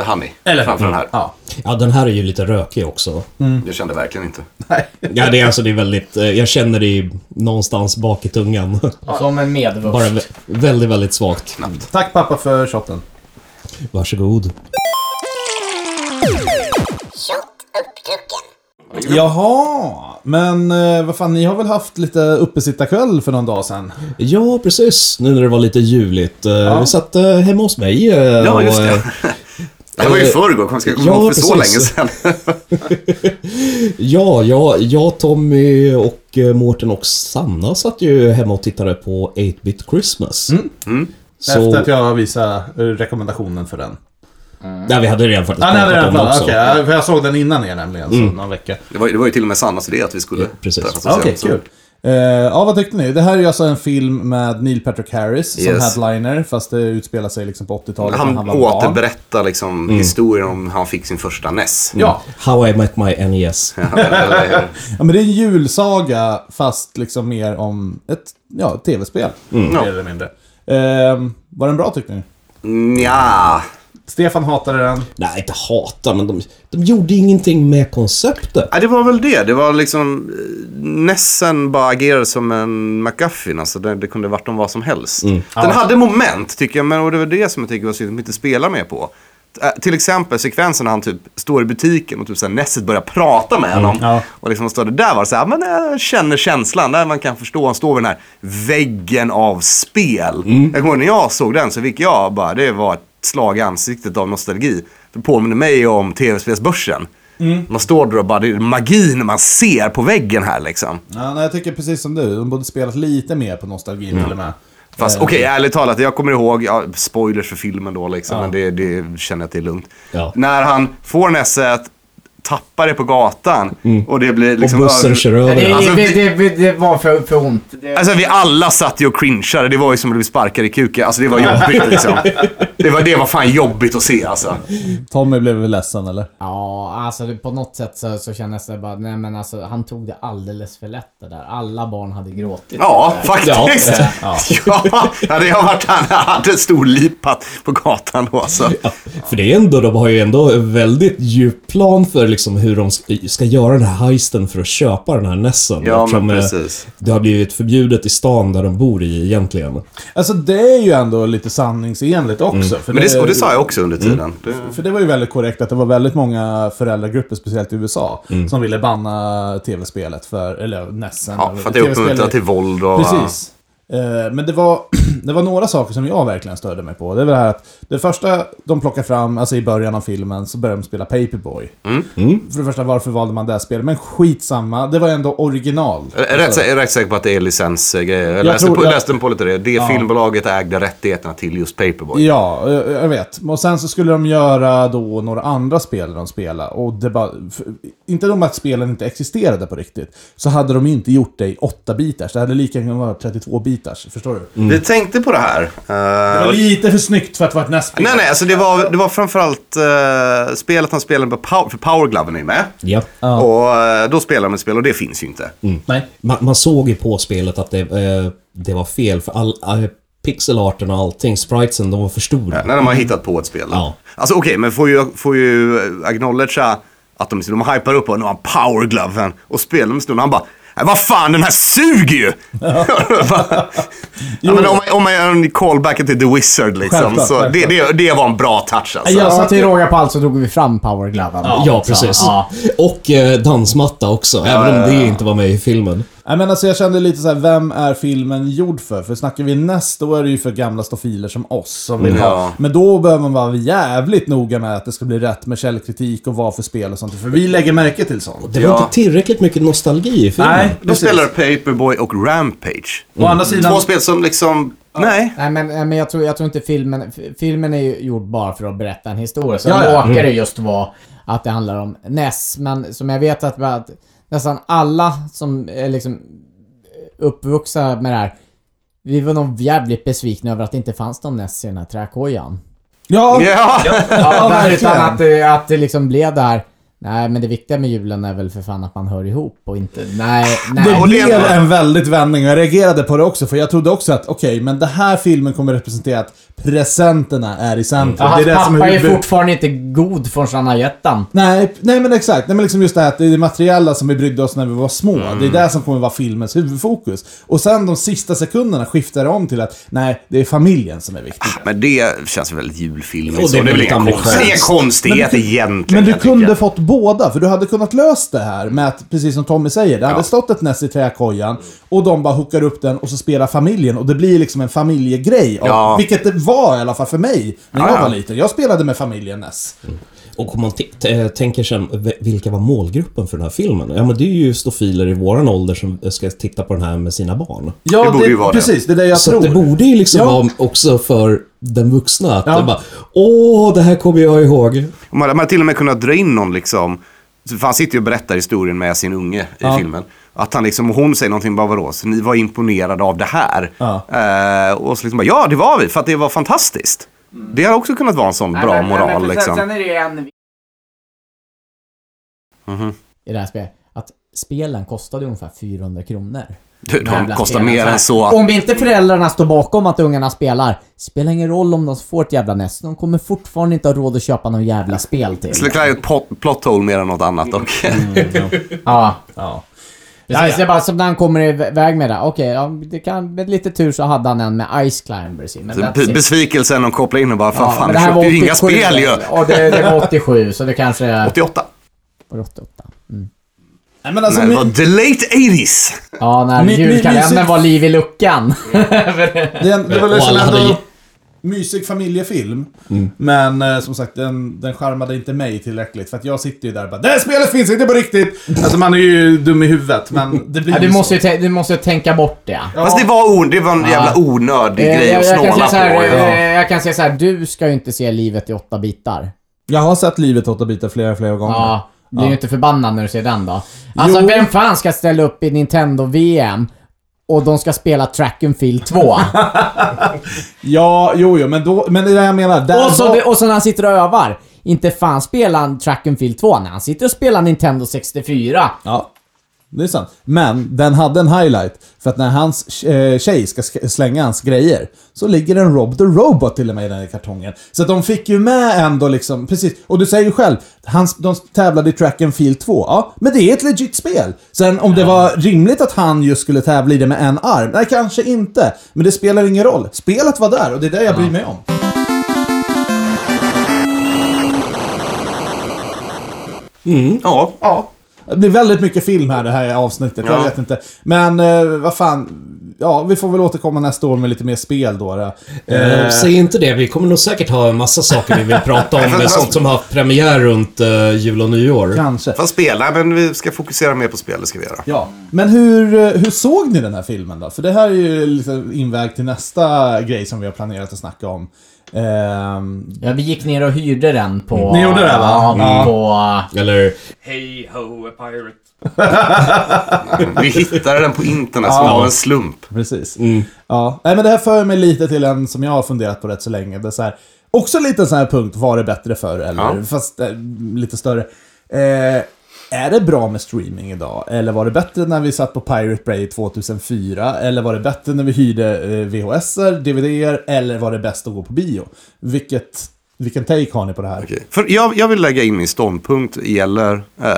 Speaker 2: eh, honey framför den här.
Speaker 1: ja.
Speaker 5: Ja, den här är ju lite rökig också.
Speaker 2: Jag kände verkligen inte.
Speaker 1: Nej.
Speaker 5: Ja, det är alltså det är väldigt... eh, Jag känner det i- någonstans bak i tungan.
Speaker 8: Som en
Speaker 5: Bara
Speaker 8: medvuxen.
Speaker 5: vä- väldigt, väldigt svagt.
Speaker 1: Tack pappa för shotten.
Speaker 5: Varsågod.
Speaker 1: Jaha, men eh, vad fan, ni har väl haft lite uppesittarkväll för någon dag sedan?
Speaker 5: Ja, precis. Nu när det var lite juligt. eh, Vi satt eh, hemma hos mig. eh,
Speaker 2: Ja, just
Speaker 5: och,
Speaker 2: det.
Speaker 5: eh,
Speaker 2: Det här var ju i förrgår, kom- ska jag komma
Speaker 5: Ja,
Speaker 2: ihåg för så länge
Speaker 5: precis.
Speaker 2: sedan.
Speaker 5: Ja, jag, jag, Tommy och eh, Mårten och Sanna satt ju hemma och tittade på 8-Bit Christmas. Så,
Speaker 1: Efter att jag visade eh, rekommendationen för den.
Speaker 5: Nej, vi hade redan faktiskt
Speaker 1: Ah, nej,
Speaker 5: pratat
Speaker 1: nej, nej,
Speaker 5: om det
Speaker 1: nej,
Speaker 5: också.
Speaker 1: okej, ja, för jag såg den innan er nämligen, så någon vecka.
Speaker 2: Det var, ju- det var ju till och med Sannas idé att vi skulle
Speaker 5: Ja, precis.
Speaker 2: träffas och
Speaker 1: Okej,
Speaker 2: se den, så-
Speaker 1: kul. Eh, ja, vad tyckte ni? Det här är ju alltså en film med Neil Patrick Harris som
Speaker 2: Yes.
Speaker 1: headliner, fast det utspelar sig liksom på 80-talet när
Speaker 2: Han,
Speaker 1: han var barn.
Speaker 2: återberättar liksom
Speaker 5: Mm.
Speaker 2: historien om hur han fick sin första NES.
Speaker 1: Ja.
Speaker 5: How I Met My E NES.
Speaker 2: Eller hur?
Speaker 1: ja, men det är en julsaga fast liksom mer om ett ja, tv-spel. Mer eller mindre. Eh, var den bra tyckte ni?
Speaker 2: Nja.
Speaker 1: Stefan hatade den.
Speaker 5: Nej, inte hata, men de, de gjorde ingenting med konceptet.
Speaker 2: Ja, det var väl det. Det var liksom... eh, Nessen bara agerade som en McGuffin. Alltså det, det kunde varit om vad som helst. Den hade moment, tycker jag. Men och det var det som jag tycker var synd att de inte spelar mer på. Eh, Till exempel sekvensen när han typ står i butiken och typ såhär, Nesset börjar prata med honom.
Speaker 1: Ja.
Speaker 2: Och liksom står det där var så här, men jag känner känslan. Där man kan förstå, han står vid den här väggen av spel. Jag kommer ihåg när jag såg den så fick jag bara, det var ett slag i ansiktet av nostalgi. Det påminner mig om tv-spelsbörsen.
Speaker 5: Mm.
Speaker 2: Man står där och bara, det är magin man ser på väggen här liksom.
Speaker 1: Ja, nej, jag tycker precis som du. De borde spelat lite mer på nostalgin till och med. Ehm,
Speaker 5: Eh.
Speaker 2: Fast okej, ärligt talat, jag kommer ihåg, ja, spoilers för filmen då liksom, men det, det känner jag att det är lugnt.
Speaker 5: Ja.
Speaker 2: När han får nässet, tappar det på gatan och det blir liksom...
Speaker 5: Mm. och bussen kör över
Speaker 4: Det,
Speaker 5: den.
Speaker 2: Alltså,
Speaker 4: det, det, det, det var för, för ont. Det,
Speaker 2: Alltså vi alla satt ju och cringeade, det var ju som att bli sparkad i kuken. Alltså det var jobbigt liksom. Det var, det var fan jobbigt att se alltså.
Speaker 1: Tommy blev väl ledsen eller?
Speaker 4: ja, alltså det, på något sätt så, så kändes det bara, nej men alltså han tog det alldeles för lätt det där. Alla barn hade gråtit.
Speaker 2: Ja, faktiskt. Ja, det har varit, han hade storlipat på gatan då alltså.
Speaker 5: Ja, för det är ändå, de har ju ändå en väldigt djup plan för liksom hur de ska- ska göra den här heisten för att köpa den här Nessen.
Speaker 2: Ja, men
Speaker 5: Eftersom, eh,
Speaker 2: precis.
Speaker 5: Det har blivit förbjudet i stan där de bor i egentligen.
Speaker 1: Alltså det är ju ändå lite sanningsenligt också. För,
Speaker 2: Men det, och det sa jag också under tiden. Det,
Speaker 1: för det var ju väldigt korrekt att det var väldigt många föräldragrupper, speciellt i USA,
Speaker 2: Mm.
Speaker 1: som ville banna tv-spelet för, eller Nessen.
Speaker 2: ja,
Speaker 1: eller
Speaker 2: för att det uppmuntrar
Speaker 1: TV-spelet.
Speaker 2: till våld och...
Speaker 1: Precis. Eh, Men det var, det var några saker som jag verkligen störde mig på. Det var det här att det första de plockar fram, alltså i början av filmen, så börjar de spela Paperboy.
Speaker 2: Mm.
Speaker 1: För det första, varför valde man det här spelet? Men skitsamma, det var ändå original.
Speaker 2: Jag är rätt, sä- jag är rätt säker på att det är licensgrejer. Jag, läste,
Speaker 1: tror-
Speaker 2: på,
Speaker 1: jag-
Speaker 2: läste på lite det. Det filmbolaget ägde rättigheterna till just Paperboy.
Speaker 1: Ja, jag jag vet. Och sen så skulle de göra då några andra spel de spelade. Och det bara, f- inte de att spelen inte existerade på riktigt, så hade de ju inte gjort det i 8 bitar. Så det hade lika gärna varit 32 godbitar, förstår du?
Speaker 2: Vi tänkte på det här. eh,
Speaker 1: Det var lite för snyggt för att vara ett nästspel.
Speaker 2: Nej, nej, alltså det var, det var framförallt eh, spelet han spelade med, Pow- för Power Gloven är med.
Speaker 5: Ja. Mm.
Speaker 2: Och eh, då spelar de ett spel och det finns ju inte.
Speaker 1: Nej.
Speaker 5: Man, man såg ju på spelet att det, eh, det var fel för all, eh, pixelarten och allting, spritesen, de var för stora.
Speaker 2: När de har hittat på ett spel.
Speaker 5: Ja.
Speaker 2: Alltså okej, men får ju, får ju eh, acknowledgea att de, de hypar upp och nu har han Power Gloven och spelar med stunden han bara "Nej, vad fan, den här suger ju! ja, men om, man- om man gör en callback till The Wizard liksom.
Speaker 1: Självklart,
Speaker 2: så Det, det, det var en bra touch alltså.
Speaker 4: Ja, så till råga på allt så drog vi fram powergloven.
Speaker 5: Ja, precis. Och eh, dansmatta också, även om det inte var med i filmen.
Speaker 1: Nej men alltså jag kände lite så här, vem är filmen gjord för? För snackar vi näst, då är det ju för gamla stofiler som oss som vill
Speaker 2: Ja.
Speaker 1: ha. Men då behöver man vara jävligt noga med att det ska bli rätt med källkritik och vad för spel och sånt. För vi lägger märke till sånt.
Speaker 5: Det
Speaker 2: Ja.
Speaker 5: var inte tillräckligt mycket nostalgi i filmen.
Speaker 2: De spelar Paperboy och Rampage.
Speaker 1: Å andra sidan...
Speaker 2: Två spel som liksom, nej.
Speaker 4: Nej men, nej, men jag, tror, jag tror inte filmen... f- Filmen är ju gjord bara för att berätta en historia. Så
Speaker 1: Ja,
Speaker 4: ja,
Speaker 1: ja. Mm.
Speaker 4: råkar det just vara att det handlar om Ness. Men som jag vet att, att nästan alla som är liksom uppvuxna med det här. Vi var nog jävligt besvikna över att det inte fanns någon Ness i den här träkojan.
Speaker 1: Ja,
Speaker 2: Ja.
Speaker 1: ja,
Speaker 4: Utan att
Speaker 1: verkligen.
Speaker 4: det, att det liksom blev det här. Nej men det viktiga med julen är väl för fan att man hör ihop och inte... Nej, nej.
Speaker 1: Det
Speaker 2: och det-
Speaker 1: blev en väldigt vändning och jag reagerade på det också för jag trodde också att okej, men den här filmen kommer representera att presenterna är i centrum.
Speaker 4: Ja, hans
Speaker 1: det är det
Speaker 4: Mm. pappa är
Speaker 1: huvud-
Speaker 4: fortfarande inte god från Sanna-jätten.
Speaker 1: Nej, nej men exakt. Nej, men liksom just det här att det är det materiella som vi brydde oss när vi var små. Det är det som kommer vara filmens huvudfokus. Och sen de sista sekunderna skiftar det om till att nej, det är familjen som är viktig.
Speaker 2: Men det känns väldigt julfilmiskt.
Speaker 5: Och det är
Speaker 2: Och det är väl
Speaker 5: väldigt
Speaker 2: inga konst-
Speaker 5: amerikanskt.
Speaker 2: det är inga konstigheter egentligen.
Speaker 1: Men du
Speaker 2: jag tycker.
Speaker 1: kunde fått båda, för du hade kunnat löst det här med att, precis som Tommy säger, det hade stått ett Ness i träkojan och de bara hookar upp den och så spelar familjen och det blir liksom en familjegrej. av-
Speaker 2: Ja.
Speaker 1: Vilket det var i alla fall för mig när
Speaker 2: Ja,
Speaker 1: jag
Speaker 2: ja.
Speaker 1: var liten. Jag spelade med familjen Ness.
Speaker 5: Och om man t- t- eh, tänker sen, v- vilka var målgruppen för den här filmen? Ja, men det är ju stofiler i våran ålder som eh, ska titta på den här med sina barn.
Speaker 1: Ja,
Speaker 2: Det borde ju vara det.
Speaker 1: precis. Det är det jag
Speaker 5: Så
Speaker 1: tror.
Speaker 5: att det borde ju liksom
Speaker 1: Ja.
Speaker 5: vara också för den vuxna. Att
Speaker 1: Ja.
Speaker 5: det bara, åh, det här kommer jag ihåg.
Speaker 2: Man hade, man hade till och med kunnat dra in någon liksom. För han sitter ju och berättar historien med sin unge i filmen. Att han liksom, och hon säger någonting bara vadå, så ni var imponerade av det här.
Speaker 1: Ja.
Speaker 2: Eh, och så liksom bara, ja det var vi, för att det var fantastiskt. Det hade också kunnat vara en sån bra moral liksom.
Speaker 4: är det en... I det här spelet. Att spelen kostade ungefär 400 kronor.
Speaker 2: Du, de
Speaker 4: Jävla alltså.
Speaker 2: kostar
Speaker 4: spelen,
Speaker 2: mer
Speaker 4: så här.
Speaker 2: än så.
Speaker 4: Om inte föräldrarna står bakom att ungarna spelar, spelar ingen roll om de får ett jävla näst. De kommer fortfarande inte ha råd att köpa någon jävla spel till.
Speaker 2: Släck ett pot- plot hole mer än något annat dock.
Speaker 4: Ja.
Speaker 1: Ja.
Speaker 4: Precis, det är bara som när han kommer iväg med det. Okej, ja, det kan, med lite tur så hade han en med Ice Climbers i. Men that's
Speaker 2: Be-
Speaker 4: it.
Speaker 2: besvikelsen de kopplar in och bara, fan,
Speaker 4: Ja,
Speaker 2: fan
Speaker 4: men
Speaker 2: ni
Speaker 4: det här var
Speaker 2: köpte ju inga
Speaker 4: 87,
Speaker 2: spel ju.
Speaker 4: Ja, det, det var 87, så det kanske är...
Speaker 2: 88.
Speaker 4: var det 88.
Speaker 1: Nej, men alltså,
Speaker 2: Nej, det
Speaker 1: min-
Speaker 2: var the late 80s.
Speaker 4: Ja, när
Speaker 1: My- my-
Speaker 4: julkalendern
Speaker 1: mysigt.
Speaker 4: var liv i luckan.
Speaker 1: Det, det var
Speaker 5: Och
Speaker 1: liksom
Speaker 5: alla hade Mm.
Speaker 1: ändå
Speaker 5: i-
Speaker 1: mysig familjefilm. Men eh, som sagt, den, den charmade inte mig tillräckligt. För att jag sitter ju där och bara Det här spelet finns inte på riktigt! Alltså man är ju dum i huvudet, men det blir
Speaker 4: Ja, du,
Speaker 1: ju
Speaker 4: måste
Speaker 1: så.
Speaker 4: ju tän- du måste ju tänka bort det.
Speaker 2: Fast det var, on, det var en jävla onödig
Speaker 4: Eh,
Speaker 2: grej
Speaker 4: jag,
Speaker 2: att
Speaker 4: jag, kan
Speaker 2: snåla
Speaker 4: säga
Speaker 2: på.
Speaker 4: så här,
Speaker 2: ja.
Speaker 4: eh, jag kan säga så här, du ska ju inte se livet i åtta bitar.
Speaker 1: Jag har sett livet åtta bitar flera, flera gånger.
Speaker 4: Ja, blir ju inte förbannad när du ser den då. Alltså
Speaker 1: Jo.
Speaker 4: vem fan ska ställa upp i Nintendo-VM och de ska spela Track and Field 2?
Speaker 1: Ja, jo, jo, men, då, men det är det jag menar. Där
Speaker 4: och, så,
Speaker 1: var-
Speaker 4: det- och så när han sitter och övar. Inte fan spelar han Track and Field 2 när han sitter och spelar Nintendo 64.
Speaker 1: Ja, det är sant. Men den hade en highlight. För att när hans eh, tjej ska sk- slänga hans grejer så ligger en Rob the Robot till och med i den här kartongen. Så att de fick ju med ändå liksom, precis. Och du säger ju själv, hans, de tävlade i Track and Field 2. Ja, men det är ett legit spel. Sen om det var rimligt att han just skulle tävla i det med en arm? Nej, kanske inte. Men det spelar ingen roll. Spelet var där och det är det jag bryr mig om.
Speaker 2: Ja, ja.
Speaker 1: Det blir väldigt mycket film här det här avsnittet, jag
Speaker 2: Ja.
Speaker 1: vet inte. Men eh, vad fan, ja vi får väl återkomma nästa år med lite mer spel då. då. Eh,
Speaker 5: Eh, Säg inte det, vi kommer nog säkert ha en massa saker vi vill prata om. med sånt som har haft premiär runt eh, jul och nyår.
Speaker 1: kanske.
Speaker 2: Fast spela, men vi ska fokusera mer på spel, det ska vi göra.
Speaker 1: Ja. Men hur, eh, hur såg ni den här filmen då? För det här är ju liksom inväg till nästa grej som vi har planerat att snacka om. Ehm,
Speaker 4: Ja, vi gick ner och hyrde den på...
Speaker 1: Ni gjorde det, va?
Speaker 4: Ja,
Speaker 1: Ja.
Speaker 4: på... eh,
Speaker 5: Eller
Speaker 8: Hey ho, a pirate.
Speaker 2: Vi hittade den på internet som av en slump.
Speaker 1: precis.
Speaker 2: Mm.
Speaker 1: Ja. Nej, men det här för mig lite till en som jag har funderat på rätt så länge. Det är så här, också lite en sån här punkt, var det bättre förr? Eller,
Speaker 2: Ja.
Speaker 1: Fast eh, lite större. Eh, är det bra med streaming idag? Eller var det bättre när vi satt på Pirate Bay 2004? Eller var det bättre när vi hyrde eh, VHS-er, DVD-er? Eller var det bäst att gå på bio? Vilket, vilken take har ni på det här?
Speaker 2: För jag, jag vill lägga in min ståndpunkt gäller eh,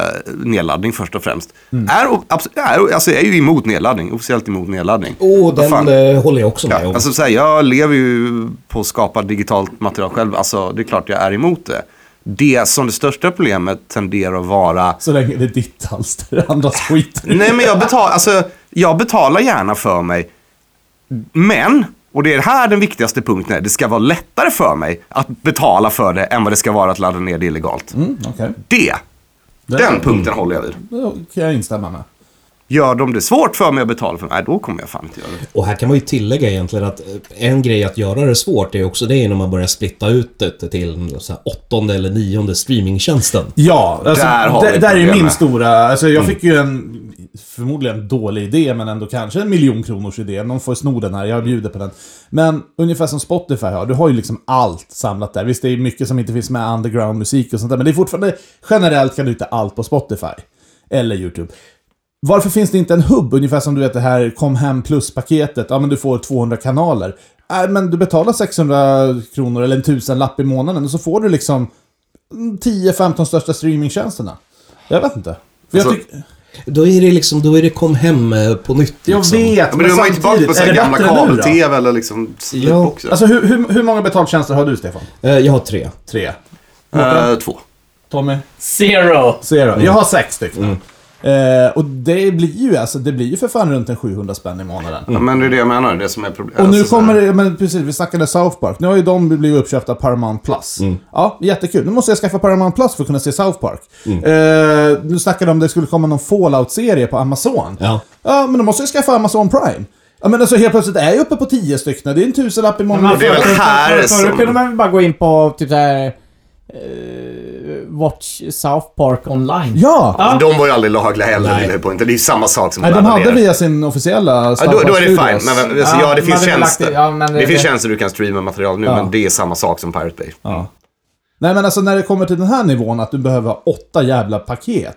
Speaker 2: nedladdning först och främst.
Speaker 5: Mm.
Speaker 2: Är, o- abs- är, alltså jag är ju emot nedladdning, officiellt emot nedladdning.
Speaker 5: Åh,
Speaker 2: Vad fan?
Speaker 5: den eh, håller jag också med
Speaker 2: Ja,
Speaker 5: om.
Speaker 2: alltså, så här, jag lever ju på att skapa digitalt material själv. Alltså, det är klart jag är emot det. Det som det största problemet tenderar att vara...
Speaker 1: Så länge det är ditt alster, andras skit.
Speaker 2: Nej, men jag betalar, alltså, jag betalar gärna för mig. Men, och det är här den viktigaste punkten är, det ska vara lättare för mig att betala för det än vad det ska vara att ladda ner det illegalt.
Speaker 1: Okej,
Speaker 2: Det, den punkten håller jag vid.
Speaker 1: det kan jag instämma med.
Speaker 2: Gör de det svårt för mig att betala för mig, nej, då kommer jag fan inte göra det.
Speaker 5: Och här kan man ju tillägga egentligen att eh, en grej att göra det svårt är också det när man börjar splitta ut det till mm, så här, åttonde eller nionde streamingtjänsten.
Speaker 1: Ja, alltså,
Speaker 2: Där har
Speaker 1: där,
Speaker 2: vi
Speaker 1: där är ju min
Speaker 2: problemet. Mm.
Speaker 1: stora... Alltså, jag fick ju en, förmodligen dålig idé, men ändå kanske en miljon kronors idé. Någon får sno den här, jag bjuder på den. Men ungefär som Spotify har, du har ju liksom allt samlat där. Visst, det är mycket som inte finns med, underground-musik och sånt där, men det är fortfarande... Generellt kan du hitta allt på Spotify. Eller YouTube. Varför finns det inte en hubb? Ungefär som du vet det här kom hem plus-paketet. Ja, men du får 200 kanaler. Äh, men du betalar 600 kronor eller en tusenlapp i månaden och så får du liksom 10-15 största streamingtjänsterna. Jag vet inte. För jag,
Speaker 2: Alltså,
Speaker 1: tyck-
Speaker 5: Då är det liksom, då är det kom hem eh, på nytt
Speaker 1: jag
Speaker 5: liksom.
Speaker 1: vet,
Speaker 2: Ja, men du var ju tillbaka på så här
Speaker 1: är det
Speaker 2: gamla
Speaker 1: bättre nu då?
Speaker 2: kabel-tv eller liksom slipboxer.
Speaker 1: Alltså hur, hur, hur många betaltjänster har du, Stefan?
Speaker 5: Eh, Jag har tre.
Speaker 1: Tre.
Speaker 2: Eh, två.
Speaker 1: Tommy?
Speaker 8: Zero.
Speaker 1: Ser du? Jag har sex stycken. Eh, och det blir ju alltså, det blir ju för fan runt en 700 spänn i månaden.
Speaker 2: Ja, men det är det jag menar, det som är problemet.
Speaker 1: Och nu
Speaker 2: Alltså, så här-
Speaker 1: kommer det, men precis, vi snackade South Park. Nu har ju de blivit uppköpta av Paramount Plus.
Speaker 2: Mm.
Speaker 1: Ja, jättekul. Nu måste jag skaffa Paramount Plus för att kunna se South Park.
Speaker 2: Mm.
Speaker 1: Eh, nu snackade de om det skulle komma någon Fallout-serie på Amazon.
Speaker 5: Ja.
Speaker 1: ja, men då måste jag skaffa Amazon Prime. Ja, men alltså helt plötsligt är jag uppe på 10 stycken. Det är en tusenlapp i månaden.
Speaker 2: det är väl här
Speaker 4: Förut
Speaker 2: som-
Speaker 4: kunde man väl bara gå in på typ såhär... watch South Park online.
Speaker 1: Ja!
Speaker 2: Men De var ju aldrig lagliga heller,
Speaker 5: Nej.
Speaker 2: Lillepointer. Det är ju samma sak som
Speaker 1: Nej, de
Speaker 2: laddar
Speaker 1: hade
Speaker 2: ner.
Speaker 1: via sin officiella
Speaker 2: Ja,
Speaker 1: South
Speaker 2: då, då är det
Speaker 1: Park
Speaker 2: fine.
Speaker 1: Studios.
Speaker 2: Men, men, alltså,
Speaker 4: Ja,
Speaker 2: ja, det
Speaker 4: man
Speaker 2: finns
Speaker 4: hade väl lagt
Speaker 2: tjänster.
Speaker 4: det- ja, men
Speaker 2: det,
Speaker 4: det-
Speaker 2: finns
Speaker 4: det-
Speaker 2: tjänster du kan streama material nu,
Speaker 1: Ja.
Speaker 2: men det är samma sak som Pirate Bay.
Speaker 1: Nej men alltså när det kommer till den här nivån att du behöver ha åtta jävla paket.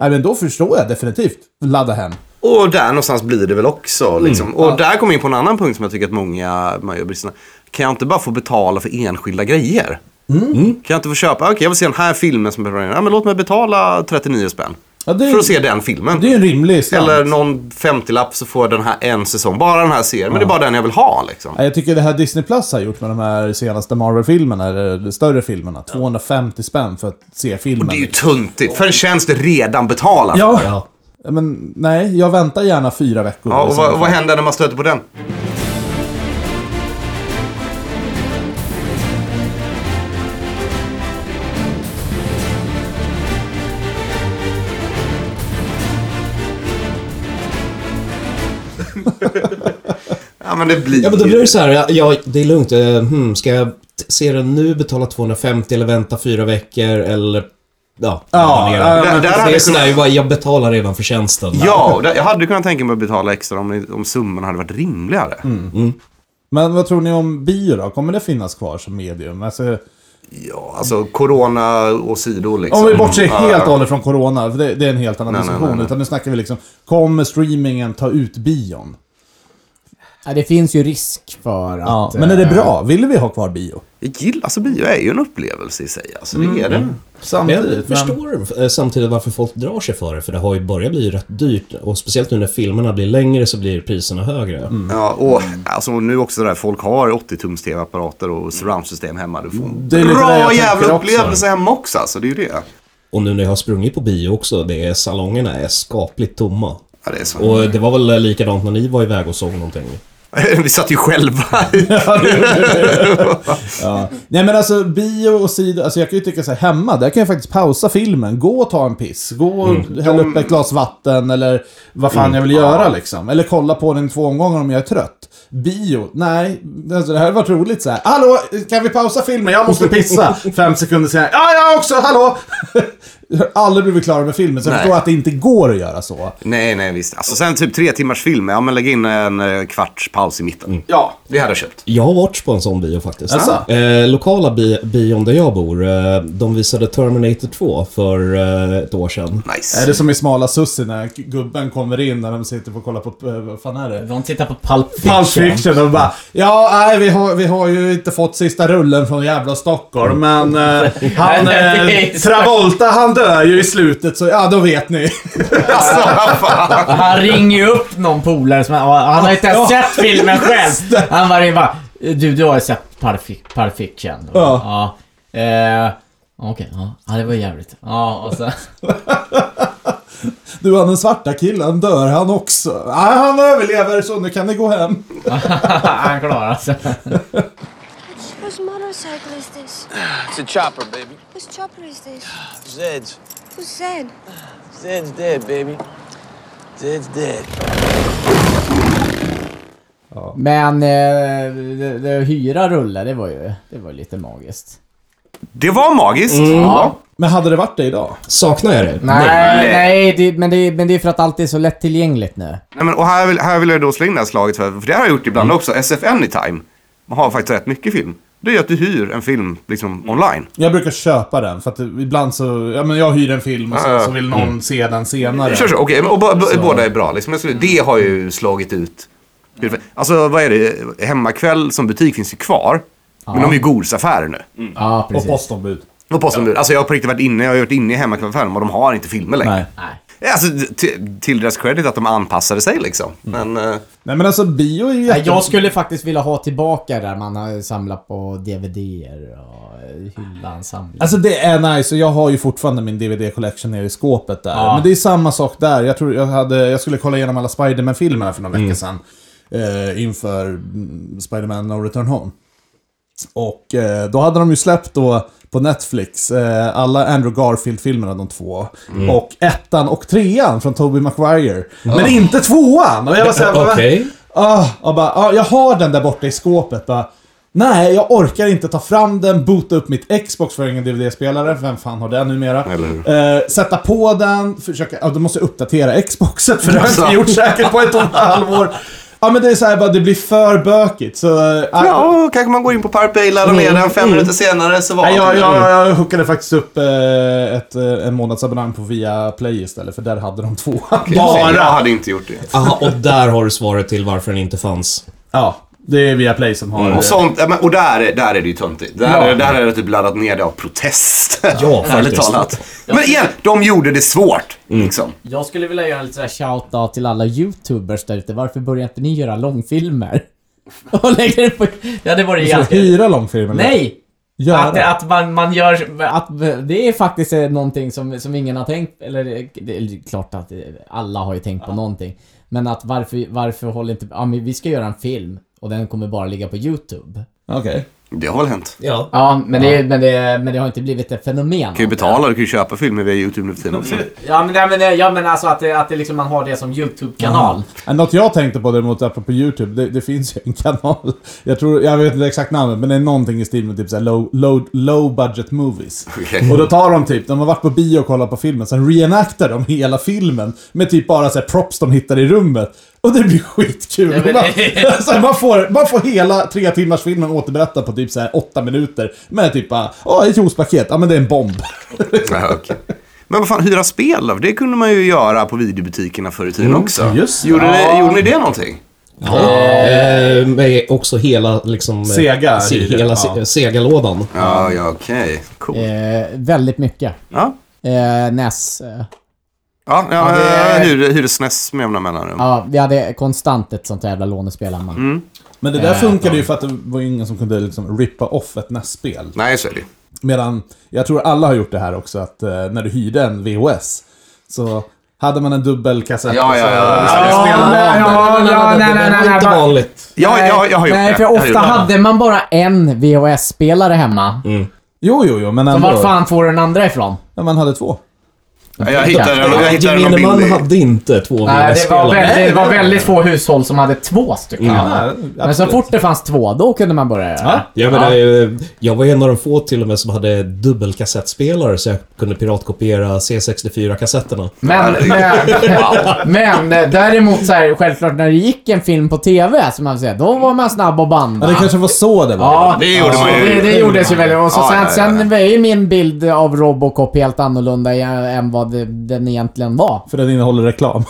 Speaker 1: Nej men då förstår jag definitivt. Ladda hem.
Speaker 2: Och där någonstans blir det väl också. Liksom. Och där kommer jag in på en annan punkt som jag tycker att många, man gör bristerna. Kan jag inte bara få betala för enskilda grejer? Mm. Kan jag inte få köpa, okej jag vill se den här filmen som behöver ja, men låt mig betala 39 spänn.
Speaker 1: Ja, det är-
Speaker 2: För att se den filmen.
Speaker 1: Det är ju en rimlig slant.
Speaker 2: Eller någon 50-lapp så får jag den här en säsong, bara den här serien. Men det är bara den jag vill ha liksom.
Speaker 1: Nej, Jag tycker det här Disney Plus har gjort med de här senaste Marvel-filmerna, eller de större filmerna. 250 spänn för att se filmen.
Speaker 2: Det är ju tuntigt, för en tjänst är redan betalad.
Speaker 1: ja.
Speaker 5: Ja.
Speaker 1: Men nej, jag väntar gärna fyra veckor. Alltså, liksom.
Speaker 2: Ja, och vad, vad händer när man stöter på den? ja, men det blir
Speaker 5: Ja, men då blir det så här, ja, ja, det är lugnt. eh, Hmm, ska jag t- se den nu, betala 250 eller vänta fyra veckor eller... Ja,
Speaker 1: Ja,
Speaker 5: planera.
Speaker 1: ja,
Speaker 2: men-
Speaker 5: det är sådär, jag bara, jag betalar redan för tjänsten.
Speaker 2: Ja, och det- jag hade kunnat tänka mig att betala extra om, om summan hade varit rimligare.
Speaker 5: Mm.
Speaker 1: Men vad tror ni om bio då? Kommer det finnas kvar som medium? Alltså,
Speaker 2: Ja, alltså corona åsido liksom.
Speaker 1: om vi bortser
Speaker 2: Ja,
Speaker 1: helt
Speaker 2: ja.
Speaker 1: och hållet från corona, för det, det är en helt annan
Speaker 2: Nej, nej,
Speaker 1: diskussion.
Speaker 2: nej, nej.
Speaker 1: Utan nu snackar vi liksom, kommer streamingen ta ut bion?
Speaker 4: Ja, det finns ju risk för att... eh,
Speaker 1: Ja, men är det bra? Vill vi ha kvar bio?
Speaker 2: Jag gillar, alltså bio är ju en upplevelse i sig. Alltså, det är
Speaker 5: Mm.
Speaker 2: det.
Speaker 5: Men
Speaker 1: Samtidigt,
Speaker 5: jag förstår eh, samtidigt varför folk drar sig för det, för det har ju börjat bli rätt dyrt. Och speciellt nu när filmerna blir längre så blir priserna högre.
Speaker 2: Ja, och alltså, nu också det där, folk har 80-tums-tv-apparater och surroundsystem hemma. Du får en
Speaker 1: Det är lite det
Speaker 2: bra
Speaker 1: jag tänker
Speaker 2: jävla
Speaker 1: också.
Speaker 2: upplevelse hemma också, alltså, det är ju det.
Speaker 5: Och nu när jag har sprungit på bio också, det är, salongerna är skapligt tomma.
Speaker 2: Ja, det är så.
Speaker 5: eh, Och det var väl likadant när ni var iväg och såg någonting.
Speaker 2: Vi satt ju själva.
Speaker 1: Nej men alltså bio och sidor, alltså jag kan ju tycka så här, hemma, där kan jag faktiskt pausa filmen, gå och ta en piss, gå och
Speaker 2: Mm.
Speaker 1: hälla upp ett glas vatten eller vad fan jag vill göra liksom. Eller kolla på den i två omgångar om jag är trött. Bio, nej, alltså det här hade varit roligt så här. Hallå, kan vi pausa filmen? Jag måste pissa! Fem sekunder senare, ja jag också, hallå! Aldrig blivit klara med filmen, så jag
Speaker 2: Nej.
Speaker 1: förstår att det inte går att göra så.
Speaker 2: nej, nej, visst. Alltså sen typ tre timmars film, ja men lägg in en eh, kvarts paus i mitten.
Speaker 1: Mm.
Speaker 2: Ja, det hade jag köpt.
Speaker 5: Jag har varit på en sån bio faktiskt.
Speaker 1: Alltså?
Speaker 5: Eh, lokala bi- bion där jag bor, eh, de visade Terminator 2 för eh, ett år sedan.
Speaker 1: Är
Speaker 2: Nice.
Speaker 1: det som i Smala Sussie när gubben kommer in när de sitter och kollar på, eh, vad fan är det?
Speaker 4: De tittar på Pulp Fiction.
Speaker 1: Pulp Fiction och bara Ja, nej vi har, vi har ju inte fått sista rullen från jävla Stockholm men eh,
Speaker 2: Mm.
Speaker 1: han, eh, Travolta han dör ju i slutet så ja då vet ni.
Speaker 2: Alltså, vad fan.
Speaker 4: Han ringer ju upp någon polare som han har inte ens
Speaker 1: Ja.
Speaker 4: sett filmen själv. Han bara, ringer bara du, du har ju sett Parfi- Pulp Fiction?
Speaker 1: Ja.
Speaker 4: ja. Eh, Okej, ja. ja. det var jävligt. Ja, och så...
Speaker 1: Du han den svarta killen dör han också. Nej han överlever så nu kan ni gå hem.
Speaker 4: han klarar sig.
Speaker 9: Whose motorcycle is this?
Speaker 6: It's a chopper, baby.
Speaker 9: Whose chopper is this?
Speaker 6: Zed's.
Speaker 9: Who's Zed?
Speaker 6: Zed's dead, baby. Zed's dead.
Speaker 4: Men eh, det, det, hyra rulle, det var ju det var ju lite magiskt.
Speaker 2: Det var magiskt.
Speaker 1: Mm.
Speaker 2: Ja.
Speaker 1: Men hade det varit det idag?
Speaker 5: Saknar jag det?
Speaker 4: Nej, nej, det, men, det, men det är för att allt är så lättillgängligt nu.
Speaker 2: Nej, men, och här vill, här vill jag då slå in det här slaget, för, för det har jag gjort
Speaker 1: Mm.
Speaker 2: ibland också. SF Anytime. Man har faktiskt rätt mycket film. Det är ju att du hyr en film liksom online.
Speaker 1: Jag brukar köpa den för att ibland så, ja men jag hyr en film och sen så vill någon se den senare.
Speaker 2: Mm. Kör så, okej. men- och bo- bo- båda är bra liksom. Jag skulle- Det har ju slagit ut. Alltså vad är det? Hemmakväll som butik finns ju kvar. Men de är ju godisaffärer nu.
Speaker 4: Ja,
Speaker 1: Och
Speaker 4: precis.
Speaker 1: postombud.
Speaker 2: Och postombud. Alltså jag har på riktigt varit inne, jag har varit inne i hemmakvällsaffären och de har inte filmer längre.
Speaker 4: Nej.
Speaker 2: Nej. Alltså till, till deras credit att de anpassade sig liksom. Men eh,
Speaker 1: Nej men alltså bio är ju
Speaker 4: Nej,
Speaker 1: jätte...
Speaker 4: Jag skulle faktiskt vilja ha tillbaka där man har samlat på DVDer och eh, hyllan samlar.
Speaker 1: Alltså det är nice och jag har ju fortfarande min DVD-collection nere i skåpet där. Men det är samma sak där. Jag, tror jag, hade, jag skulle kolla igenom alla Spiderman-filmerna för några veckor sedan. Eh, inför mm, Spiderman No Return Home. Och eh, då hade de ju släppt då på Netflix eh, alla Andrew Garfield-filmerna, de två. Och ettan och trean från Tobey Maguire. Men inte tvåan! Och jag var såhär,
Speaker 5: Okej.
Speaker 1: Ah, jag, bara, ah, jag har den där borta i skåpet. Bara, Nej, jag orkar inte ta fram den, boota upp mitt Xbox för jag har ingen DVD-spelare. Vem fan har det numera?
Speaker 2: Eller hur?
Speaker 1: Eh, sätta på den, försöka... Ja, då måste jag uppdatera Xboxet för det har jag inte
Speaker 2: Alltså.
Speaker 1: gjort säkert på ett och ett halvår. Ja, men det är så här bara, det blir för bökigt. Så, eh, Mm.
Speaker 2: ja, kanske man går in på Parpay, laddar ner den, fem minuter senare så var
Speaker 1: Nej, jag,
Speaker 2: det.
Speaker 1: jag, jag hookade faktiskt upp eh, ett, eh, en månadsabonnemang på Viaplay istället, för där hade de två.
Speaker 2: Bara. Jag hade inte gjort det.
Speaker 5: Aha, och där har du svaret till varför den inte fanns.
Speaker 1: Ja, det är Viaplay som har... eh,
Speaker 2: Och, sånt, ja, men- och där, är- där är det ju töntigt. Där, är- där är det typ laddat ner det av protest.
Speaker 5: Ja,
Speaker 2: Ärligt
Speaker 5: faktiskt.
Speaker 2: talat. Men igen, de gjorde det svårt. Liksom.
Speaker 4: Jag skulle vilja göra en liten sån här shout-out till alla YouTubers där ute. Varför börjar inte ni göra långfilmer? Och lägger det på... Det hade varit ganska...
Speaker 1: Hyra långfilmen?
Speaker 4: Nej!
Speaker 1: Göra.
Speaker 4: Att, att man, man gör... Att, det är faktiskt eh, någonting som, som ingen har tänkt... Eller det- det är klart att eh, alla har ju tänkt på någonting. Men att varför, varför håller inte... Ja, men vi ska göra en film och den kommer bara ligga på YouTube.
Speaker 1: Okej.
Speaker 2: Det har väl hänt.
Speaker 5: Ja.
Speaker 4: Ja, men det, Men det, men det har inte blivit ett fenomen.
Speaker 2: Du kan ju betala, du kan ju köpa filmer via YouTube nu för tiden också.
Speaker 4: Ja, men, nej, men, nej, ja, men alltså att, det, att det liksom, man har det som YouTube-kanal.
Speaker 1: Ja, Äh, Något jag tänkte på däremot, apropå YouTube, det, det finns ju en kanal. Jag tror, jag vet inte exakt namnet, men det är någonting i stil med typ såhär low, low, low budget movies.
Speaker 2: Okej.
Speaker 1: Och då tar de typ, de har varit på bio och kollat på filmen, sen reenactar de hela filmen med typ bara såhär props de hittar i rummet. Och det blir skitkul.
Speaker 4: men-
Speaker 1: man, så här, man, får, man får hela tre timmars filmen återberättad på typ såhär åtta minuter. Med typ bara, åh, ett juicepaket, ja men det är en bomb.
Speaker 2: Ja, okej. Men vad fan, hyra spel av? Det kunde man ju göra på videobutikerna förr i tiden också.
Speaker 1: just det.
Speaker 2: gjorde, ni, gjorde ni det någonting?
Speaker 5: Eh, med också hela liksom... eh,
Speaker 1: Sega.
Speaker 5: Se, hela se,
Speaker 1: Ja.
Speaker 5: Sega-lådan.
Speaker 2: Ja, ja okej. Cool.
Speaker 4: Eh, väldigt mycket.
Speaker 2: Ja,
Speaker 4: Eh, NES. Eh,
Speaker 2: ja, ja,
Speaker 4: det-
Speaker 2: ja hyr, hyresnäs med jämna mellanrum.
Speaker 4: ja, vi hade konstant ett sånt jävla lånespel hemma.
Speaker 1: Men det där funkade ju för att det var ju ingen som kunde liksom rippa off ett nästspel.
Speaker 2: Nej, så är det
Speaker 1: Medan jag tror alla har gjort det här också, att eh, när du hyrde en VHS så hade man en dubbelkassett.
Speaker 2: Ja, ja, ja.
Speaker 1: Så,
Speaker 2: Ja,
Speaker 4: ja, ja, ja, nej, nej, nej,
Speaker 5: Inte
Speaker 4: nej.
Speaker 5: vanligt.
Speaker 2: Ja, ja, jag har gjort
Speaker 4: Nej,
Speaker 2: det.
Speaker 4: för
Speaker 2: Jag har gjort
Speaker 4: ofta
Speaker 2: det. Mm.
Speaker 4: hade man bara en VHS-spelare hemma.
Speaker 1: Jo, jo, jo, men
Speaker 4: Så
Speaker 1: ändå.
Speaker 4: vart fan får den andra ifrån?
Speaker 1: Ja, man hade två.
Speaker 2: Ja, Jag hittade, jag hittade någon
Speaker 5: Gemene man
Speaker 2: bild. i-
Speaker 5: hade inte två
Speaker 4: Nej, det var,
Speaker 5: VHS-spelare.
Speaker 4: väldigt, det var väldigt få hushåll som hade två stycken.
Speaker 2: Mm.
Speaker 4: hemma.
Speaker 1: Ja,
Speaker 4: Men så
Speaker 1: absolut.
Speaker 4: fort det fanns två, då kunde man börja göra det.
Speaker 5: Jag, menar, eh, jag var en av de få till och med som hade dubbelkassettspelare så jag kunde piratkopiera C64-kassetterna.
Speaker 4: Men, men, men eh, däremot så här, självklart när det gick en film på TV, som man säger, då var man snabb och
Speaker 1: Ja,
Speaker 4: banda.
Speaker 1: det kanske var så det var.
Speaker 4: Ja,
Speaker 2: Det gjorde
Speaker 4: så
Speaker 2: man ju.
Speaker 4: Det, det gjordes ju väldigt. Och så
Speaker 2: Ja,
Speaker 4: sen,
Speaker 2: ja, ja, ja.
Speaker 4: sen var ju min bild av Robocop helt annorlunda i- än vad det, den egentligen var.
Speaker 1: För den innehåller reklam.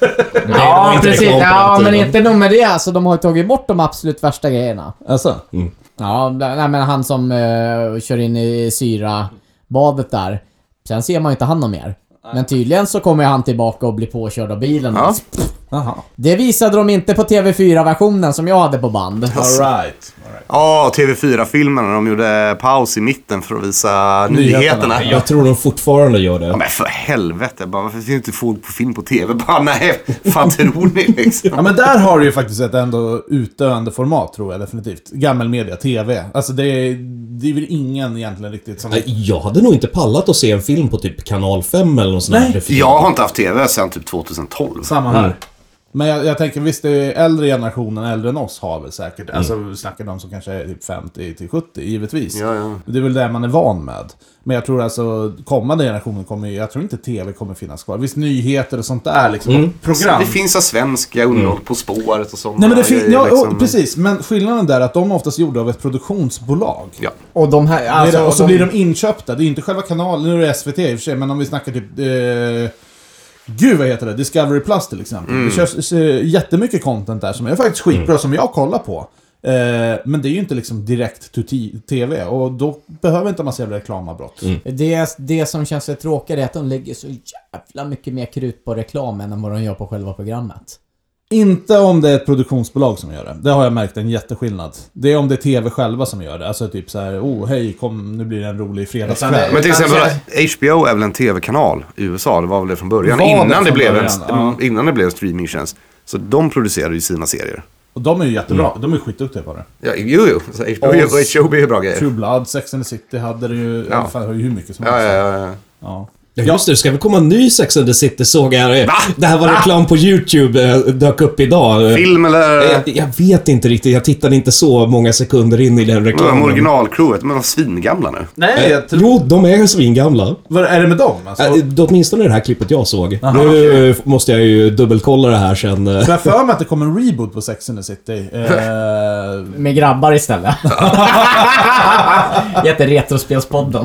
Speaker 5: var
Speaker 4: ja,
Speaker 5: inte
Speaker 4: precis.
Speaker 5: reklam på
Speaker 4: Ja,
Speaker 5: den
Speaker 4: men
Speaker 5: tiden.
Speaker 4: inte nog med det. Alltså, de har ju tagit bort de absolut värsta grejerna.
Speaker 1: Alltså.
Speaker 2: Mm.
Speaker 4: Ja, nej, men han som eh, kör in i syra badet där. Sen ser man ju inte han någon mer. Men tydligen så kommer ju han tillbaka och blir påkörd av bilen.
Speaker 2: Ja.
Speaker 1: Aha.
Speaker 4: Det visade de inte på TV4-versionen som jag hade på band.
Speaker 1: Alright.
Speaker 2: Ja, TV4-filmerna. De gjorde paus i mitten för att visa
Speaker 1: Nyheterna.
Speaker 2: nyheterna.
Speaker 5: Jag tror de fortfarande gör det.
Speaker 2: Ja, men för helvete. Bara, varför finns det inte folk på film på TV? Bara, nej, fan tror ni liksom?
Speaker 1: Ja, men där har du ju faktiskt ett ändå utdöende format tror jag definitivt. Gammal media, TV. Alltså det är, det är väl ingen egentligen riktigt som...
Speaker 5: Nej, Jag hade nog inte pallat att se en film på typ kanal 5 eller något sånt
Speaker 1: Nej.
Speaker 5: där. för-
Speaker 2: Jag har inte haft TV sedan typ 2012.
Speaker 1: Samma här.
Speaker 2: Mm.
Speaker 1: Men jag, jag tänker visst, det är äldre generationen äldre än oss har väl säkert, alltså vi snackar de som kanske är typ 50 till 70 givetvis.
Speaker 2: Mm. Ja, ja.
Speaker 1: Det är väl det man är van med. Men jag tror alltså kommande generationen kommer ju- jag tror inte TV kommer finnas kvar. Visst nyheter och sånt där liksom, och program.
Speaker 2: Mm. Det finns så svenska underhåll På spåret och liksom. sånt.
Speaker 1: Mm. Nej men det finns, ja, och, precis. Men skillnaden där är att de är oftast gjorda av ett produktionsbolag.
Speaker 2: Ja.
Speaker 4: Och de här...
Speaker 1: Det är
Speaker 4: Alltså,
Speaker 1: det, och så
Speaker 4: de,
Speaker 1: blir de inköpta. Det är inte själva kanalen, nu är det SVT i och för sig, men om vi snackar typ... Eh, gud vad heter det? Discovery Plus till exempel. Det körs eh, jättemycket content där som är faktiskt skitbra, som jag kollar på. Eh, men det är ju inte liksom direkt to t- TV och då behöver inte man så jävla reklamavbrott.
Speaker 4: Mm. det, det som känns lite tråkigt är att de lägger så jävla mycket mer krut på reklamen än vad de gör på själva programmet.
Speaker 1: Inte om det är ett produktionsbolag som gör det. Det har jag märkt en jätteskillnad. Det är om det är TV själva som gör det. Alltså typ så här, oh hej, kom, nu blir det en rolig fredagskväll.
Speaker 2: Men till exempel HBO är väl en TV-kanal i USA. Det var väl det från början.
Speaker 1: Alltså- Var det
Speaker 2: Innan,
Speaker 1: från
Speaker 2: det blev
Speaker 1: början,
Speaker 2: En,
Speaker 1: ja.
Speaker 2: innan det blev en streamingtjänst. Så de producerade ju sina serier.
Speaker 1: Och de är ju jättebra. De är skitduktiga på det.
Speaker 2: Ja, jo, jo. Så HBO,
Speaker 1: Och-
Speaker 2: och HBO är bra grejer.
Speaker 1: True Blood, Sex and the City hade det ju,
Speaker 2: Ja.
Speaker 1: ja. fan, har ju hur mycket som
Speaker 2: Ja,
Speaker 1: helst.
Speaker 2: ja, ja. ja.
Speaker 1: Ja.
Speaker 5: Ja, just det, det ska väl komma en ny Sex and the City såg jag. eh, Det här var reklam på YouTube, eh, dök upp idag. Eh,
Speaker 2: Film eller...
Speaker 5: Jag, jag vet inte riktigt, jag tittade inte så många sekunder in i den
Speaker 2: De
Speaker 5: reklamen.
Speaker 2: originalcrewet, men de var svingamla nu.
Speaker 1: Nej, jag tror...
Speaker 5: Jo, de är svingamla.
Speaker 1: Eh, Vad är det med dem alltså?
Speaker 5: Äh, det- åtminstone det här klippet jag såg. nu eh, måste jag ju dubbelkolla det här sen. eh.
Speaker 1: Jag har för mig att det kommer en reboot på Sex and the City. Eh,
Speaker 4: Med grabbar istället. Jätte retrospelspodden.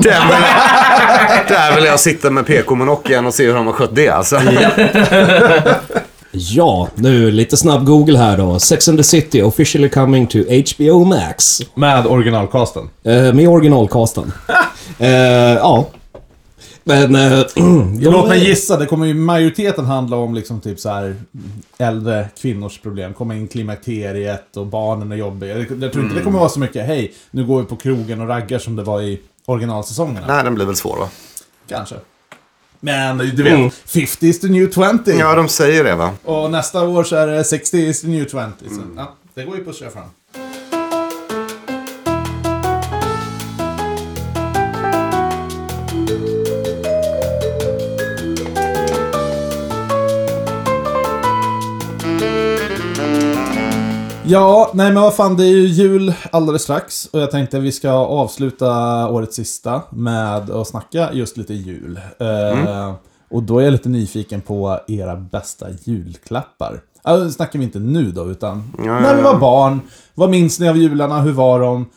Speaker 2: Där vill, jag, där vill jag sitta med PK-monocken och se hur de har skött det alltså.
Speaker 5: Ja, nu lite snabb Google här då. Sex and the City officially coming to HBO Max.
Speaker 1: med originalcasten.
Speaker 5: Eh, med originalcasten. Eh, ja. Men... eh, de-
Speaker 1: Låt mig gissa, det kommer ju majoriteten handla om liksom typ så här äldre kvinnors problem. Komma in i klimakteriet och barnen är jobbiga. Jag tror inte
Speaker 2: Mm.
Speaker 1: det kommer vara så mycket, hej, nu går vi på krogen och raggar som det var i originalsäsongerna.
Speaker 2: Nej, den blir väl svår va?
Speaker 1: Kanske. Men du vet, 50 is the new 20.
Speaker 2: Mm. Ja, de säger det va?
Speaker 1: Och nästa år så är det 60 is the new 20. Så, ja, det går ju att pusha fram. Ja, nej men vad fan, det är ju jul alldeles strax och jag tänkte vi ska avsluta årets sista med att snacka just lite jul. Eh, och då är jag lite nyfiken på era bästa julklappar. Alltså, det snackar vi inte nu då, utan när vi var barn, vad minns ni av jularna, hur var de?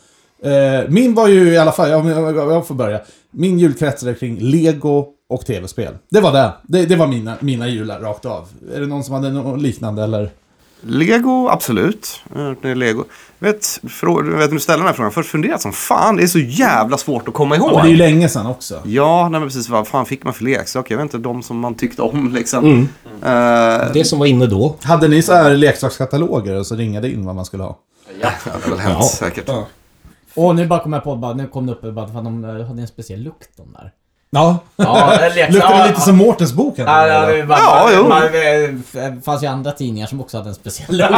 Speaker 1: Eh, min var ju i alla fall, jag, jag, jag får börja. Min jul kretsade kring lego och tv-spel. Det var det. Det, det var mina, mina jular rakt av. Är det någon som hade något liknande eller?
Speaker 2: Lego, absolut. Jag har hört det är Lego. Vet, frå- vet du, ställer den här frågan. Först funderat som fan. Det är så jävla svårt att komma ihåg.
Speaker 1: Men det är ju länge sedan också.
Speaker 2: Ja, nej, men precis. Vad fan fick man för leksaker? Jag vet inte, de som man tyckte om liksom.
Speaker 1: Mm.
Speaker 2: Eh,
Speaker 5: Det som var inne då.
Speaker 1: Hade ni så här leksakskataloger och så ringade in vad man skulle ha?
Speaker 2: det har väl hänt
Speaker 5: Ja.
Speaker 2: säkert.
Speaker 4: eh, Och nu bara kom jag på, bara, nu kom det upp, bara, fan, de hade en speciell lukt de där.
Speaker 1: Ja.
Speaker 4: Ja, det lät-
Speaker 1: Luktar
Speaker 4: ja,
Speaker 1: det lite
Speaker 4: ja.
Speaker 1: som Mårtens bok? här?
Speaker 4: Ja, det var ju bara,
Speaker 2: Ja, jo.
Speaker 4: man, eh, det fanns ju andra tidningar som också hade en speciell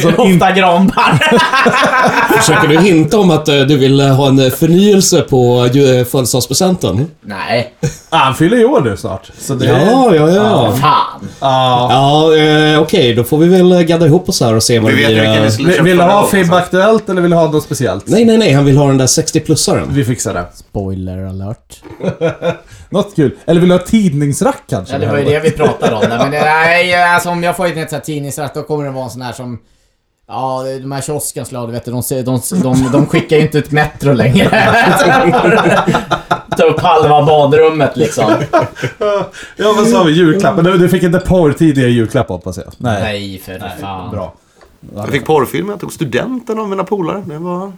Speaker 1: Som
Speaker 4: Ofta granbar.
Speaker 5: Försöker du hinta om att eh, du vill eh, ha en eh, förnyelse på eh, födelsedagspresenten?
Speaker 4: Nej,
Speaker 1: Ah, Han fyller ju år nu snart. Så det...
Speaker 5: Ja, ja, ja.
Speaker 4: fan.
Speaker 1: Ja.
Speaker 5: Ja, eh, okej, då får vi väl eh, gadda ihop oss här och se vad
Speaker 2: Vi
Speaker 5: det
Speaker 2: vet
Speaker 5: blir.
Speaker 2: vilken
Speaker 5: eh,
Speaker 2: vi skulle
Speaker 1: Vill,
Speaker 2: köpa
Speaker 1: vill du
Speaker 2: förra
Speaker 1: ha
Speaker 2: året,
Speaker 1: FIB
Speaker 2: alltså.
Speaker 1: Aktuellt eller vill du ha något speciellt?
Speaker 5: Nej, nej, nej, han vill ha den där 60-plussaren.
Speaker 1: Vi fixar det.
Speaker 4: Spoiler alert.
Speaker 1: Något kul. Eller vill du ha tidningsrack kanske?
Speaker 4: Ja, det var ju det vi pratade om. Nej, men det, nej, alltså om jag får in ett sånt här tidningsratt då kommer det vara en sån här som... Ja, de här kiosken slår, du vet, de, ser- de, de, de skickar ju inte ut Metro längre. Ta upp halva badrummet liksom.
Speaker 1: Ja, vad sa vi? Julklapp. Du, du fick inte porrtidningar i julklapp hoppas jag. Nej.
Speaker 4: Nej, för fan.
Speaker 1: Bra.
Speaker 2: Jag fick porrfilmer, jag tog studenten av mina polare. Det var,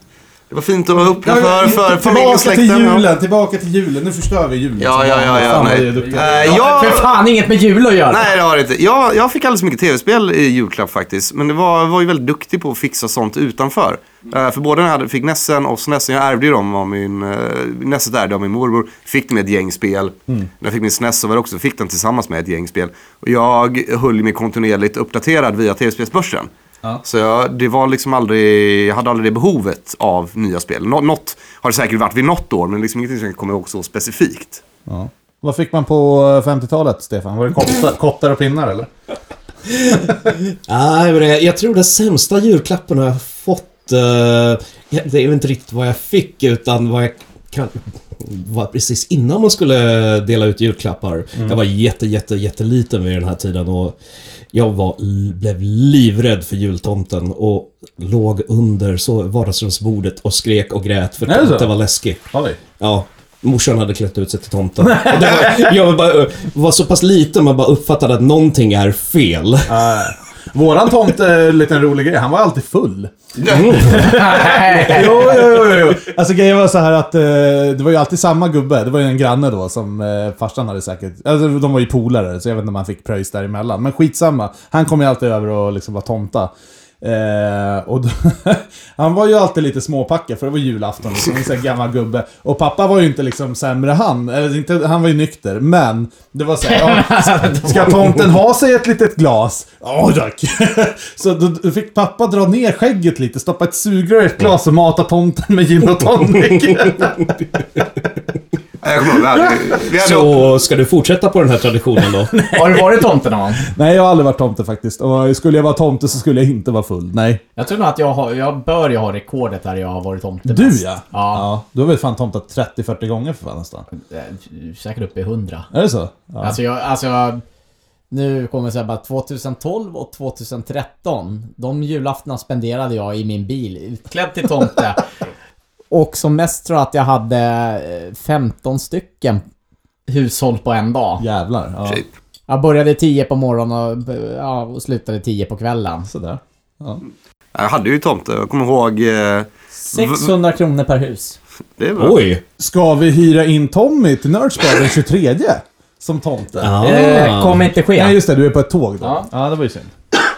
Speaker 2: det var fint att vara uppe
Speaker 1: Ja, men,
Speaker 2: för, för familj
Speaker 1: tillbaka
Speaker 2: och
Speaker 1: till
Speaker 2: släkten.
Speaker 1: julen, tillbaka till julen. Nu förstör vi julen.
Speaker 2: Ja, ja, ja. ja
Speaker 1: Fan, vad
Speaker 2: nej.
Speaker 1: vi är duktiga.
Speaker 2: Eh, jag,
Speaker 4: För fan inget med jul att göra.
Speaker 2: nej, det har det inte. Jag, jag fick alldeles för mycket tv-spel i julklapp faktiskt. Men det var, var ju väldigt duktig på att fixa sånt utanför. Eh, för både när jag hade- fick Nessen och SNESen, jag ärvde ju dem av min... Uh, Nesset ärvde jag av min morbror. Fick med ett gäng spel.
Speaker 1: Mm.
Speaker 2: När jag fick min SNES så var det också, fick den tillsammans med ett gäng spel. Och jag höll mig kontinuerligt uppdaterad via tv-spelsbörsen. Så jag, det var liksom aldrig, jag hade aldrig det behovet av nya spel. Nå, något har det säkert varit vid något år, men liksom ingenting som jag kommer ihåg så specifikt.
Speaker 1: Ja. Vad fick man på 50-talet, Stefan? Var det kottar, kottar och pinnar eller?
Speaker 5: Nej, men det- jag tror den sämsta julklappen har jag fått... eh, ja, det är väl inte riktigt vad jag fick, utan vad jag kan... Var precis innan man skulle dela ut julklappar.
Speaker 1: Mm.
Speaker 5: Jag var jätte, jätte, jätteliten vid den här tiden och jag var, blev livrädd för jultomten och låg under så vardagsrumsbordet och skrek och grät för
Speaker 1: Är det så?
Speaker 5: tomten var läskig.
Speaker 1: Oj.
Speaker 5: Ja. Morsan hade klätt ut sig till tomten. Och det var, jag var, bara, var så pass liten man bara uppfattade att någonting är fel.
Speaker 1: Våran tomt är en liten rolig grej. Han var alltid full.
Speaker 4: Nej.
Speaker 1: Jo, jo, jo, jo. Alltså grejen var så här att eh, det var ju alltid samma gubbe. Det var ju en granne då som eh, farsan hade säkert... Alltså de var ju polare, så jag vet inte om han fick pröjs däremellan. Men skitsamma. Han kom ju alltid över och liksom var tomta. Eh, och då, han var ju alltid lite småpackad för det var julafton liksom, en sån här gammal gubbe. Och pappa var ju inte liksom sämre han, eller inte, han var ju nykter, men det var såhär, ja, ska tomten ha sig ett litet glas? Ja tack! Så då då fick pappa dra ner skägget lite, stoppa ett sugrör i ett glas och mata tomten med gin och tonic.
Speaker 2: Jag kommer ihåg, vi hade, vi hade
Speaker 5: Så ska du fortsätta på den här traditionen då?
Speaker 4: Har du varit tomte någon gång?
Speaker 1: Nej, jag har aldrig varit tomte faktiskt. Och skulle jag vara tomte så skulle jag inte vara full. Nej.
Speaker 4: Jag tror nog att jag har, jag bör ju ha rekordet där jag har varit tomte
Speaker 1: Du
Speaker 4: mest.
Speaker 1: ja!
Speaker 4: Ja.
Speaker 1: Du har väl fan tomtat 30-40 gånger för fan nästan.
Speaker 4: Eh, Säkert uppe i hundra.
Speaker 1: Är det så? Ja.
Speaker 4: Alltså jag, alltså jag, nu kommer jag säga bara 2012 och 2013, de julaftnar spenderade jag i min bil utklädd till tomte. och som mest tror jag att jag hade eh, 15 stycken hushåll på en dag.
Speaker 1: Jävlar. Ja.
Speaker 2: Typ.
Speaker 4: Jag började 10 på morgonen och, ja, och slutade 10 på kvällen.
Speaker 1: Sådär.
Speaker 2: Jag hade ju tomte, jag kommer ihåg... eh,
Speaker 4: 600 kronor per hus.
Speaker 2: Det var...
Speaker 5: Oj!
Speaker 1: Ska vi hyra in Tommy till Nördspa den 23? Som tomte?
Speaker 4: Eh, kommer inte ske.
Speaker 1: Nej, just det. Du är på ett tåg då.
Speaker 4: Ja.
Speaker 1: det var ju synd.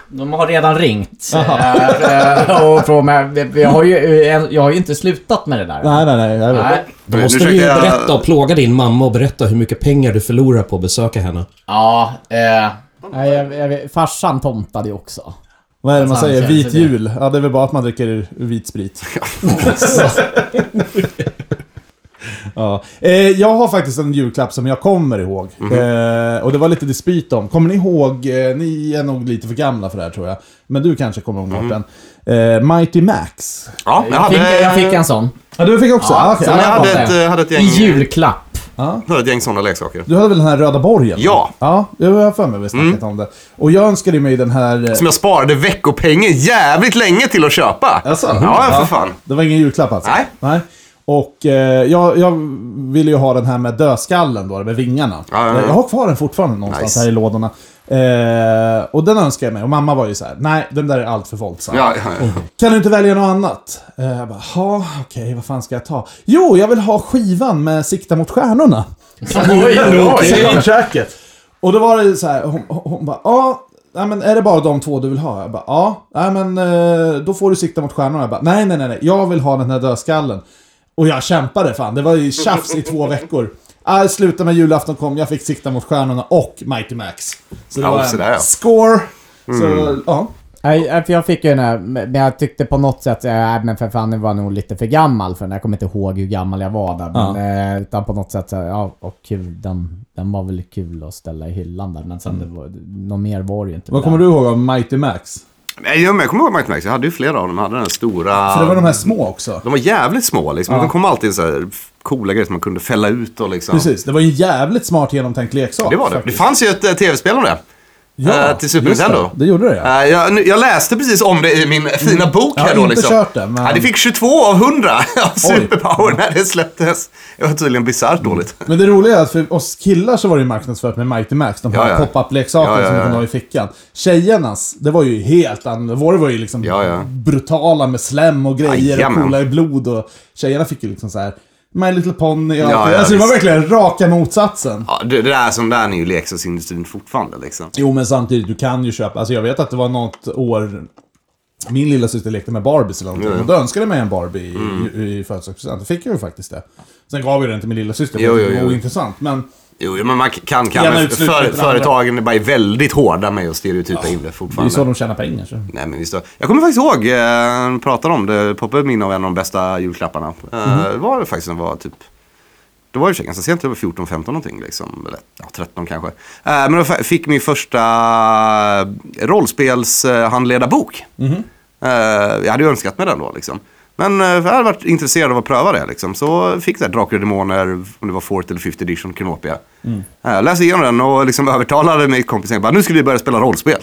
Speaker 4: De har redan ringt. Eh, och frågat mig, jag har ju, eh, jag har ju inte slutat med det där.
Speaker 1: Nej, nej, nej. Jag vet.
Speaker 4: Nej.
Speaker 5: Då
Speaker 2: Nu
Speaker 5: måste du
Speaker 2: försökte
Speaker 5: ju
Speaker 2: jag-
Speaker 5: berätta och plåga din mamma och berätta hur mycket pengar du förlorar på att besöka henne.
Speaker 4: Ja, eh... Nej, jag, jag, vet- farsan tomtade ju också.
Speaker 1: Vad är det man
Speaker 4: Alltså,
Speaker 1: säger?
Speaker 4: han känner
Speaker 1: Vit
Speaker 4: sig det.
Speaker 1: jul? Ja, det är väl bara att man dricker vit sprit. ja. eh, jag har faktiskt en julklapp som jag kommer ihåg. eh, och det var lite dispyt om. Kommer ni ihåg? Eh, ni är nog lite för gamla för det här tror jag. Men du kanske kommer ihåg Mårten. Eh, Mighty Max.
Speaker 2: Ja, jag
Speaker 4: Jag
Speaker 2: hade,
Speaker 4: fick, jag fick en sån.
Speaker 1: Ja, du fick också?
Speaker 4: Ja,
Speaker 1: Ah, okej.
Speaker 2: jag
Speaker 4: samma.
Speaker 2: hade
Speaker 4: Ja.
Speaker 2: ett, eh, hade ett
Speaker 4: I
Speaker 2: gäng,
Speaker 4: julklapp.
Speaker 2: hade ett gäng sådana leksaker.
Speaker 1: Du hade väl den här röda borgen?
Speaker 2: Ja. Mm.
Speaker 1: Ja, jag har för mig vi snackat om det. Och jag önskade mig den här... eh,
Speaker 2: Som jag sparade veckopengen jävligt länge till att köpa.
Speaker 1: Alltså?
Speaker 2: Ja, ja, för fan.
Speaker 1: Det var ingen julklapp alltså?
Speaker 2: Nej.
Speaker 1: Och eh, jag, jag ville ju ha den här med dödskallen då, med vingarna.
Speaker 2: Ja, ja, ja.
Speaker 1: Jag har kvar den fortfarande någonstans
Speaker 2: Nice.
Speaker 1: här i lådorna. Eh, och den önskar jag mig. Och mamma var ju så här: nej den där är allt för våldsam.
Speaker 2: Ja, ja, ja.
Speaker 1: Kan du inte välja något annat? Eh, jag bara, ja okej vad fan ska jag ta? Jo, jag vill ha skivan med Sikta mot stjärnorna.
Speaker 4: Oj,
Speaker 1: Säger hon i köket. Och då var det så här, hon, hon hon bara, ja, nej, men är det bara de två du vill ha? Jag bara, ja, nej, men eh, då får du sikta mot stjärnorna. Jag bara, nej, nej, nej, nej, jag vill ha den här dödskallen. Och jag kämpade fan. Det var ju tjafs i två veckor. Ah, sluta med julafton kom, jag fick sikta mot stjärnorna och Mighty Max. Så det
Speaker 2: Ja,
Speaker 1: var en
Speaker 2: sådär, ja.
Speaker 1: score. Så, ja.
Speaker 4: Nej, eh, för jag fick ju den här, men jag tyckte på något sätt, eh, nej men för fan, den var nog lite för gammal för den. Jag kommer inte ihåg hur gammal jag var där. Men, eh, utan på något sätt, så här, ja, och kul, den, den var väl kul att ställa i hyllan där. Men sen, det var, något mer var det ju inte.
Speaker 1: Vad kommer du ihåg av Mighty Max?
Speaker 2: Nej, jag, men jag kommer ihåg Mighty Max. Jag hade ju flera av dem. Jag hade den stora...
Speaker 1: För det var de här små också.
Speaker 2: De var jävligt små liksom. De kom alltid så här coola grejer som man kunde fälla ut och liksom.
Speaker 1: Precis, det var ju en jävligt smart genomtänkt leksak.
Speaker 2: Det var det. Det
Speaker 1: faktiskt.
Speaker 2: fanns ju ett eh, tv-spel om det. eh, till Super
Speaker 1: just
Speaker 2: Nintendo.
Speaker 1: Det. det gjorde det ja. Mm.
Speaker 2: Eh, jag, nu- jag läste precis om det i min fina bok
Speaker 1: Jag har
Speaker 2: här då.
Speaker 1: inte
Speaker 2: liksom.
Speaker 1: kört det, men-
Speaker 2: Ja, det fick 22 av 100 av Superpower när det släpptes. Det var tydligen bisarrt dåligt.
Speaker 1: Men det roliga är att för oss killar så var det ju marknadsfört med Mighty Max, de här
Speaker 2: Ja, ja.
Speaker 1: pop-up-leksakerna
Speaker 2: Ja, ja,
Speaker 1: som man
Speaker 2: ja,
Speaker 1: kunde
Speaker 2: ja.
Speaker 1: ha i fickan. Tjejernas, det var ju helt annorlunda. Våra var ju liksom
Speaker 2: Ja, ja.
Speaker 1: brutala med slem och grejer och
Speaker 2: Jajamän.
Speaker 1: coola i blod och tjejerna fick ju liksom så här My Little Pony och
Speaker 2: Ja,
Speaker 1: allt.
Speaker 2: ja,
Speaker 1: Alltså det var
Speaker 2: visst.
Speaker 1: verkligen raka motsatsen.
Speaker 2: Ja, det, det där som där är ju leksaksindustrin fortfarande liksom.
Speaker 1: Jo, men samtidigt, du kan ju köpa. Alltså jag vet att det var något år min lilla syster lekte med Barbies eller någonting. Och då önskade jag mig en Barbie i, i, i födelsedagspresent. Då fick jag ju faktiskt det. Sen gav jag den till min lilla syster för
Speaker 2: Jo,
Speaker 1: att det
Speaker 2: jo,
Speaker 1: var
Speaker 2: jo.
Speaker 1: ointressant. Men
Speaker 2: Jo, jo, men man kan kan.
Speaker 1: Gärna
Speaker 2: Men
Speaker 1: utesluta
Speaker 2: för,
Speaker 1: lite andra.
Speaker 2: företagen är bara väldigt hårda med att stereotypa in det
Speaker 1: det är ju
Speaker 2: fortfarande.
Speaker 1: så de tjänar pengar. Så.
Speaker 2: Nej, men visst. då. Jag kommer faktiskt ihåg, eh, pratade om det, poppade upp minne av en av de bästa julklapparna. Eh, Det var det faktiskt, den var typ, det var ju ganska sent, det var 14-15 någonting liksom. Eller ja, 13 kanske. Eh, men då fa- fick min första eh, rollspelshandledarbok. Eh, jag hade ju önskat mig den då liksom. Men eh, jag hade varit intresserad av att pröva det liksom. Så fick jag Drakar och Demoner, om det var 40 eller 50 edition, Kronopia. Eh, läste igenom den och liksom övertalade mig kompisen, bara, nu ska vi börja spela rollspel.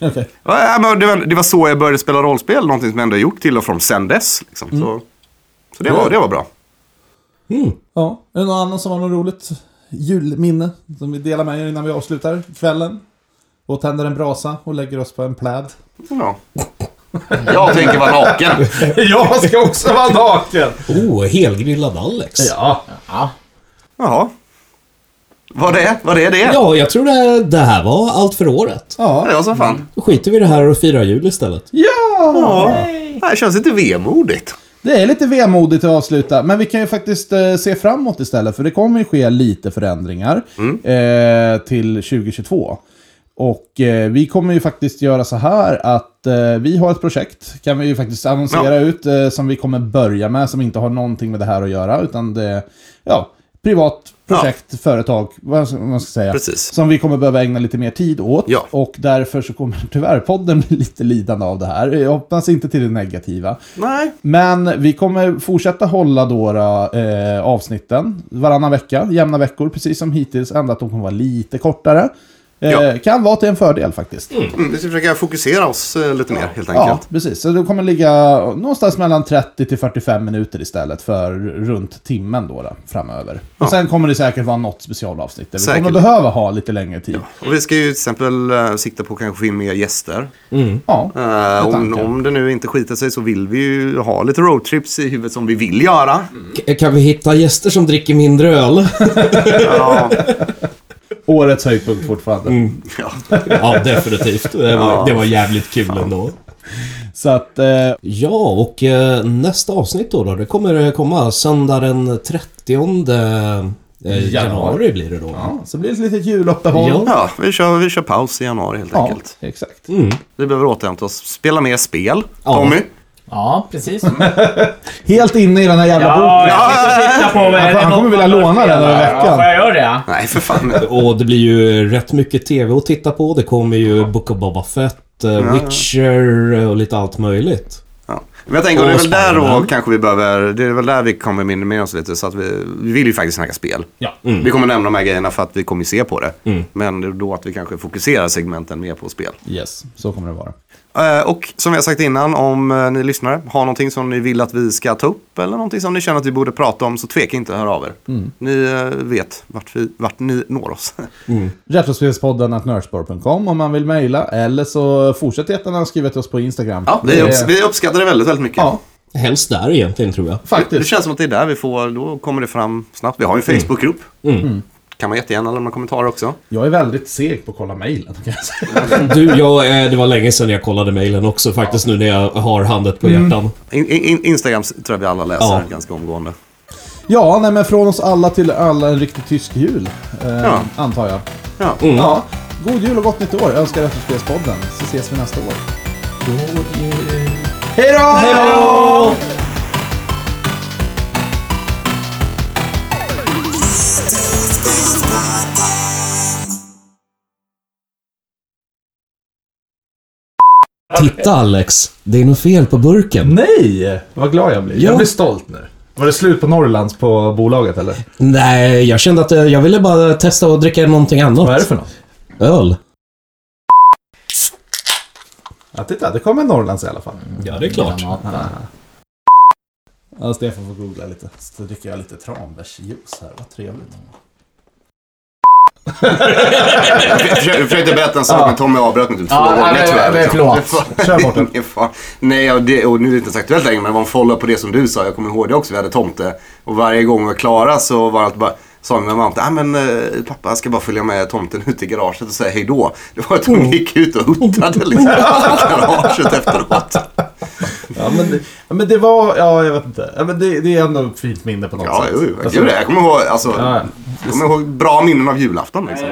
Speaker 1: Okej.
Speaker 2: Ja, men det, var, det var så jag började spela rollspel, någonting som jag ändå har gjort till och från sen dess. Liksom. Så, så det, var, det var bra.
Speaker 1: Ja. Är det någon annan som har något roligt julminne som vi delar med er innan vi avslutar kvällen? Och tänder en brasa och lägger oss på en pläd.
Speaker 2: Ja. Jag tänker vara naken.
Speaker 1: Jag ska också vara naken!
Speaker 5: Oh, helgrillad Alex. Ja.
Speaker 2: Jaha. Vad det Vad det? det?
Speaker 5: jag tror det, det här var allt för året.
Speaker 2: Ja, det var som fan.
Speaker 5: Då skiter vi i det här och firar jul istället.
Speaker 2: Ja. Det här känns lite vemodigt.
Speaker 1: Det är lite vemodigt att avsluta, men vi kan ju faktiskt eh, se framåt istället, för det kommer ju ske lite förändringar
Speaker 2: Mm.
Speaker 1: eh, till 2022. Och eh, vi kommer ju faktiskt göra så här att eh, vi har ett projekt, kan vi ju faktiskt annonsera
Speaker 2: Ja.
Speaker 1: ut, eh, som vi kommer börja med, som inte har någonting med det här att göra, utan det är ja, privat projekt, företag, vad ska- vad man ska säga.
Speaker 2: Precis.
Speaker 1: Som vi kommer behöva ägna lite mer tid åt.
Speaker 2: Ja.
Speaker 1: Och därför så kommer tyvärr podden bli lite lidande av det här. Jag hoppas inte till det negativa.
Speaker 2: Nej.
Speaker 1: Men vi kommer fortsätta hålla då, då eh, avsnitten varannan vecka, jämna veckor, precis som hittills, ända att de kommer vara lite kortare. Eh,
Speaker 2: Ja.
Speaker 1: Kan vara till en fördel faktiskt.
Speaker 2: Mm, vi ska försöka fokusera oss eh, lite mer helt
Speaker 1: Ja,
Speaker 2: enkelt.
Speaker 1: precis. Så det kommer ligga någonstans mellan 30 till 45 minuter istället för runt timmen då, då framöver. Och sen kommer det säkert vara något specialavsnitt där vi
Speaker 2: Säkert.
Speaker 1: kommer behöva ha lite längre tid.
Speaker 2: Och vi ska ju till exempel eh, sikta på att kanske få in mer gäster.
Speaker 1: Ja,
Speaker 2: Eh,
Speaker 1: det är
Speaker 2: om,
Speaker 1: tanken.
Speaker 2: om det nu inte skiter sig så vill vi ju ha lite roadtrips i huvudet som vi vill göra.
Speaker 5: K- kan vi hitta gäster som dricker mindre öl?
Speaker 2: Ja.
Speaker 1: Årets höjdpunkt fortfarande.
Speaker 2: Mm.
Speaker 5: ja, definitivt. Det var, det var jävligt kul ändå.
Speaker 1: Så att, eh,
Speaker 5: Ja, och eh, nästa avsnitt då, då det kommer eh, komma söndag den 30 eh, januari blir det då.
Speaker 1: ja, så blir det ett litet juluppehåll.
Speaker 5: Ja.
Speaker 2: Ja, vi kör, vi kör paus i januari helt
Speaker 1: Ja,
Speaker 2: enkelt.
Speaker 1: exakt.
Speaker 2: Vi behöver återhämta oss. Spela mer spel.
Speaker 5: Ja.
Speaker 2: Tommy.
Speaker 4: Ja, precis.
Speaker 1: Helt inne i den här jävla boken.
Speaker 8: Ja, jag sitter och tittar på mig.
Speaker 1: Han-
Speaker 8: Är det
Speaker 1: han
Speaker 8: något
Speaker 1: kommer vilja
Speaker 8: man har
Speaker 1: låna den
Speaker 8: fel?
Speaker 1: över
Speaker 8: Ja,
Speaker 1: veckan.
Speaker 8: får jag göra det? ja?
Speaker 2: Nej, för fan.
Speaker 5: Och det blir ju rätt mycket TV att titta på. Det kommer ju Book of Boba Fett, eh, Witcher eh, och lite allt möjligt.
Speaker 2: Ja. Men jag tänker,
Speaker 5: Och
Speaker 2: det är väl där då
Speaker 5: Spiderman.
Speaker 2: kanske vi behöver... Det är väl där vi kommer minimera oss lite. Så att vi, vi vill ju faktiskt snacka spel.
Speaker 1: Ja.
Speaker 2: Vi kommer nämna de här grejerna för att vi kommer se på det. Men det är då att vi kanske fokuserar segmenten mer på spel.
Speaker 1: Yes, så kommer det vara.
Speaker 2: Eh, Och som vi har sagt innan, om eh, ni lyssnare har någonting som ni vill att vi ska ta upp eller någonting som ni känner att vi borde prata om så tveka inte att höra av er. Ni eh, vet vart, vi, vart ni når oss.
Speaker 1: Retrospelspodden at nördspar.com om man vill mejla. Eller så fortsätt jättegärna skriva till oss på Instagram. Eh,
Speaker 2: Ja, vi, upps- vi uppskattar det väldigt, väldigt mycket.
Speaker 1: ja
Speaker 5: Helst där egentligen tror jag.
Speaker 2: Det
Speaker 1: faktiskt.
Speaker 2: Mm. känns som att det är där vi får, då kommer det fram snabbt. Vi har ju en Facebookgrupp. Kan man jättegärna lämna kommentarer också.
Speaker 1: Jag är väldigt seg på att kolla mejlen kan jag säga.
Speaker 5: Du, jag, eh, det var länge sedan jag kollade mejlen också faktiskt nu när jag har handen på hjärtan.
Speaker 2: In, in, Instagram tror jag vi alla läser
Speaker 5: Ja.
Speaker 2: ganska omgående.
Speaker 1: Ja, nej men från oss alla till alla en riktig tysk jul. Eh, Antar jag.
Speaker 2: Ja.
Speaker 1: Ja. God jul och gott nytt år önskar Efterspelspodden. Så ses vi nästa år.
Speaker 5: Titta Alex, det är något fel på burken.
Speaker 1: Nej! Vad glad jag blir.
Speaker 5: Ja.
Speaker 1: Mm, Jag blir stolt nu. Var det slut på Norrlands på bolaget eller?
Speaker 5: Nej, jag kände att eh, jag ville bara testa att dricka någonting annat.
Speaker 1: Vad är det för något?
Speaker 5: Öl.
Speaker 1: Ja, titta. Det kommer en Norrlands i alla fall.
Speaker 5: Ja, det är klart.
Speaker 1: Mm. Ja, Stefan får googla lite. Så dricker jag lite tranbärsjuice här. Vad trevligt.
Speaker 2: Jag försökte- jag försökte berätta en sak men Tommy avbröt mig typ två
Speaker 4: Ja,
Speaker 2: gånger
Speaker 4: nej,
Speaker 2: tyvärr.
Speaker 4: nej,
Speaker 2: liksom.
Speaker 4: förlåt.
Speaker 2: Det är fan-
Speaker 1: Kör bort den.
Speaker 2: det är fan- Nej, och, det, och nu är det inte så aktuellt längre men det var en follow på det som du sa. Jag kommer ihåg det också. Vi hade tomte. Och varje gång vi var klara så var det alltid bara sa min mamma att men, eh, pappa jag ska bara följa med tomten ut i garaget och säga hej då. Det var att hon gick ut och huttade liksom, i garaget efteråt.
Speaker 1: Ja, men det, ja, men det var... Ja, jag vet inte. Ja, men det, det är ändå ett fint minne på något
Speaker 2: Ja,
Speaker 1: sätt.
Speaker 2: jo, jo,
Speaker 1: Alltså,
Speaker 2: gud, jag kommer ihåg, alltså,
Speaker 1: ja,
Speaker 2: jag kommer ihåg bra minnen av julafton. Liksom.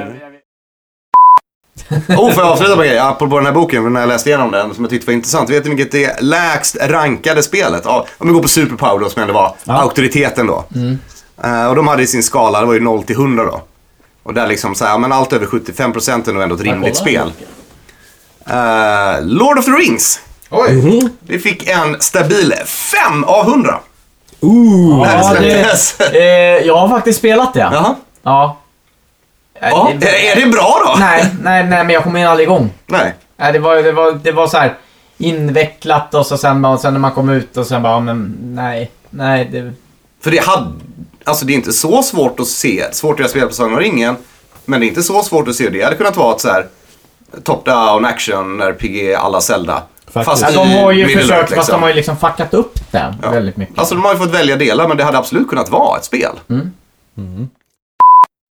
Speaker 2: Oh, får jag avsluta med en grej? Apropå den här boken, när jag läste igenom den, som jag tyckte var intressant. Vet ni vilket det lägst rankade spelet? Ja, om vi går på Superpower då, som ändå var auktoriteten då. Eh, och de hade i sin skala, det var ju 0 till 100 då. Och där liksom så här, ja, men allt över 75% är nog ändå ett rimligt spel. Eh, Lord of the Rings.
Speaker 5: Mm-hmm.
Speaker 2: Det fick en stabil 5 av 100.
Speaker 5: Ooh.
Speaker 2: när
Speaker 8: Ja, det,
Speaker 2: släpptes.
Speaker 8: eh, jag har faktiskt spelat det.
Speaker 2: Jaha.
Speaker 8: Ja.
Speaker 2: Ja,
Speaker 8: Eh,
Speaker 2: är är det bra då?
Speaker 8: Nej, nej, nej, men jag kom ju aldrig igång.
Speaker 2: Nej.
Speaker 8: Nej, det var, det var, det var så här invecklat och så sen, bara- och sen när man kom ut och sen bara, ja, men nej, nej. Det,
Speaker 2: För det hade... Alltså det är inte så svårt att se. Svårt att göra spel på Sagan om ringen. Men det är inte så svårt att se. Det hade kunnat vara ett så här top-down action RPG alla Zelda.
Speaker 1: Faktiskt.
Speaker 8: ja, de har ju
Speaker 2: Middle
Speaker 8: försökt,
Speaker 2: Earth,
Speaker 8: fast de har ju liksom fuckat upp den
Speaker 2: Ja.
Speaker 8: väldigt mycket.
Speaker 2: Alltså de har ju fått välja delar men det hade absolut kunnat vara ett spel.
Speaker 1: Mm.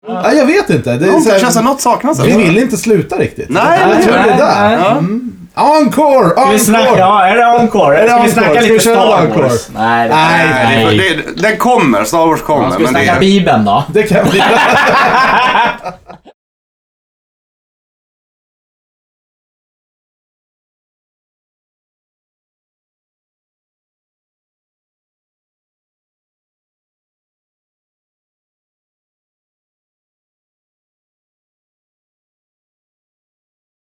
Speaker 1: Ja, jag vet inte. Det är
Speaker 2: Mm.
Speaker 1: så här-
Speaker 2: Det känns som något saknas.
Speaker 1: vi
Speaker 2: alltså.
Speaker 1: vill inte sluta riktigt.
Speaker 2: Nej,
Speaker 1: det
Speaker 2: nej,
Speaker 1: tror jag det är
Speaker 8: nej,
Speaker 1: där.
Speaker 8: nej.
Speaker 1: Mm. Encore! Encore!
Speaker 8: Vi snackar, ja, är det encore? Eller
Speaker 1: det
Speaker 8: ska vi
Speaker 1: encore?
Speaker 8: snacka
Speaker 1: Ska vi
Speaker 8: lite
Speaker 1: köra
Speaker 8: Star
Speaker 1: encore?
Speaker 8: Wars? Nej, det-
Speaker 1: Nej,
Speaker 2: Nej, det är för- det är- Den kommer, Star Wars kommer.
Speaker 8: Ska vi
Speaker 2: men det
Speaker 8: snacka
Speaker 2: är...
Speaker 8: Bibeln då?
Speaker 1: Det kan bli...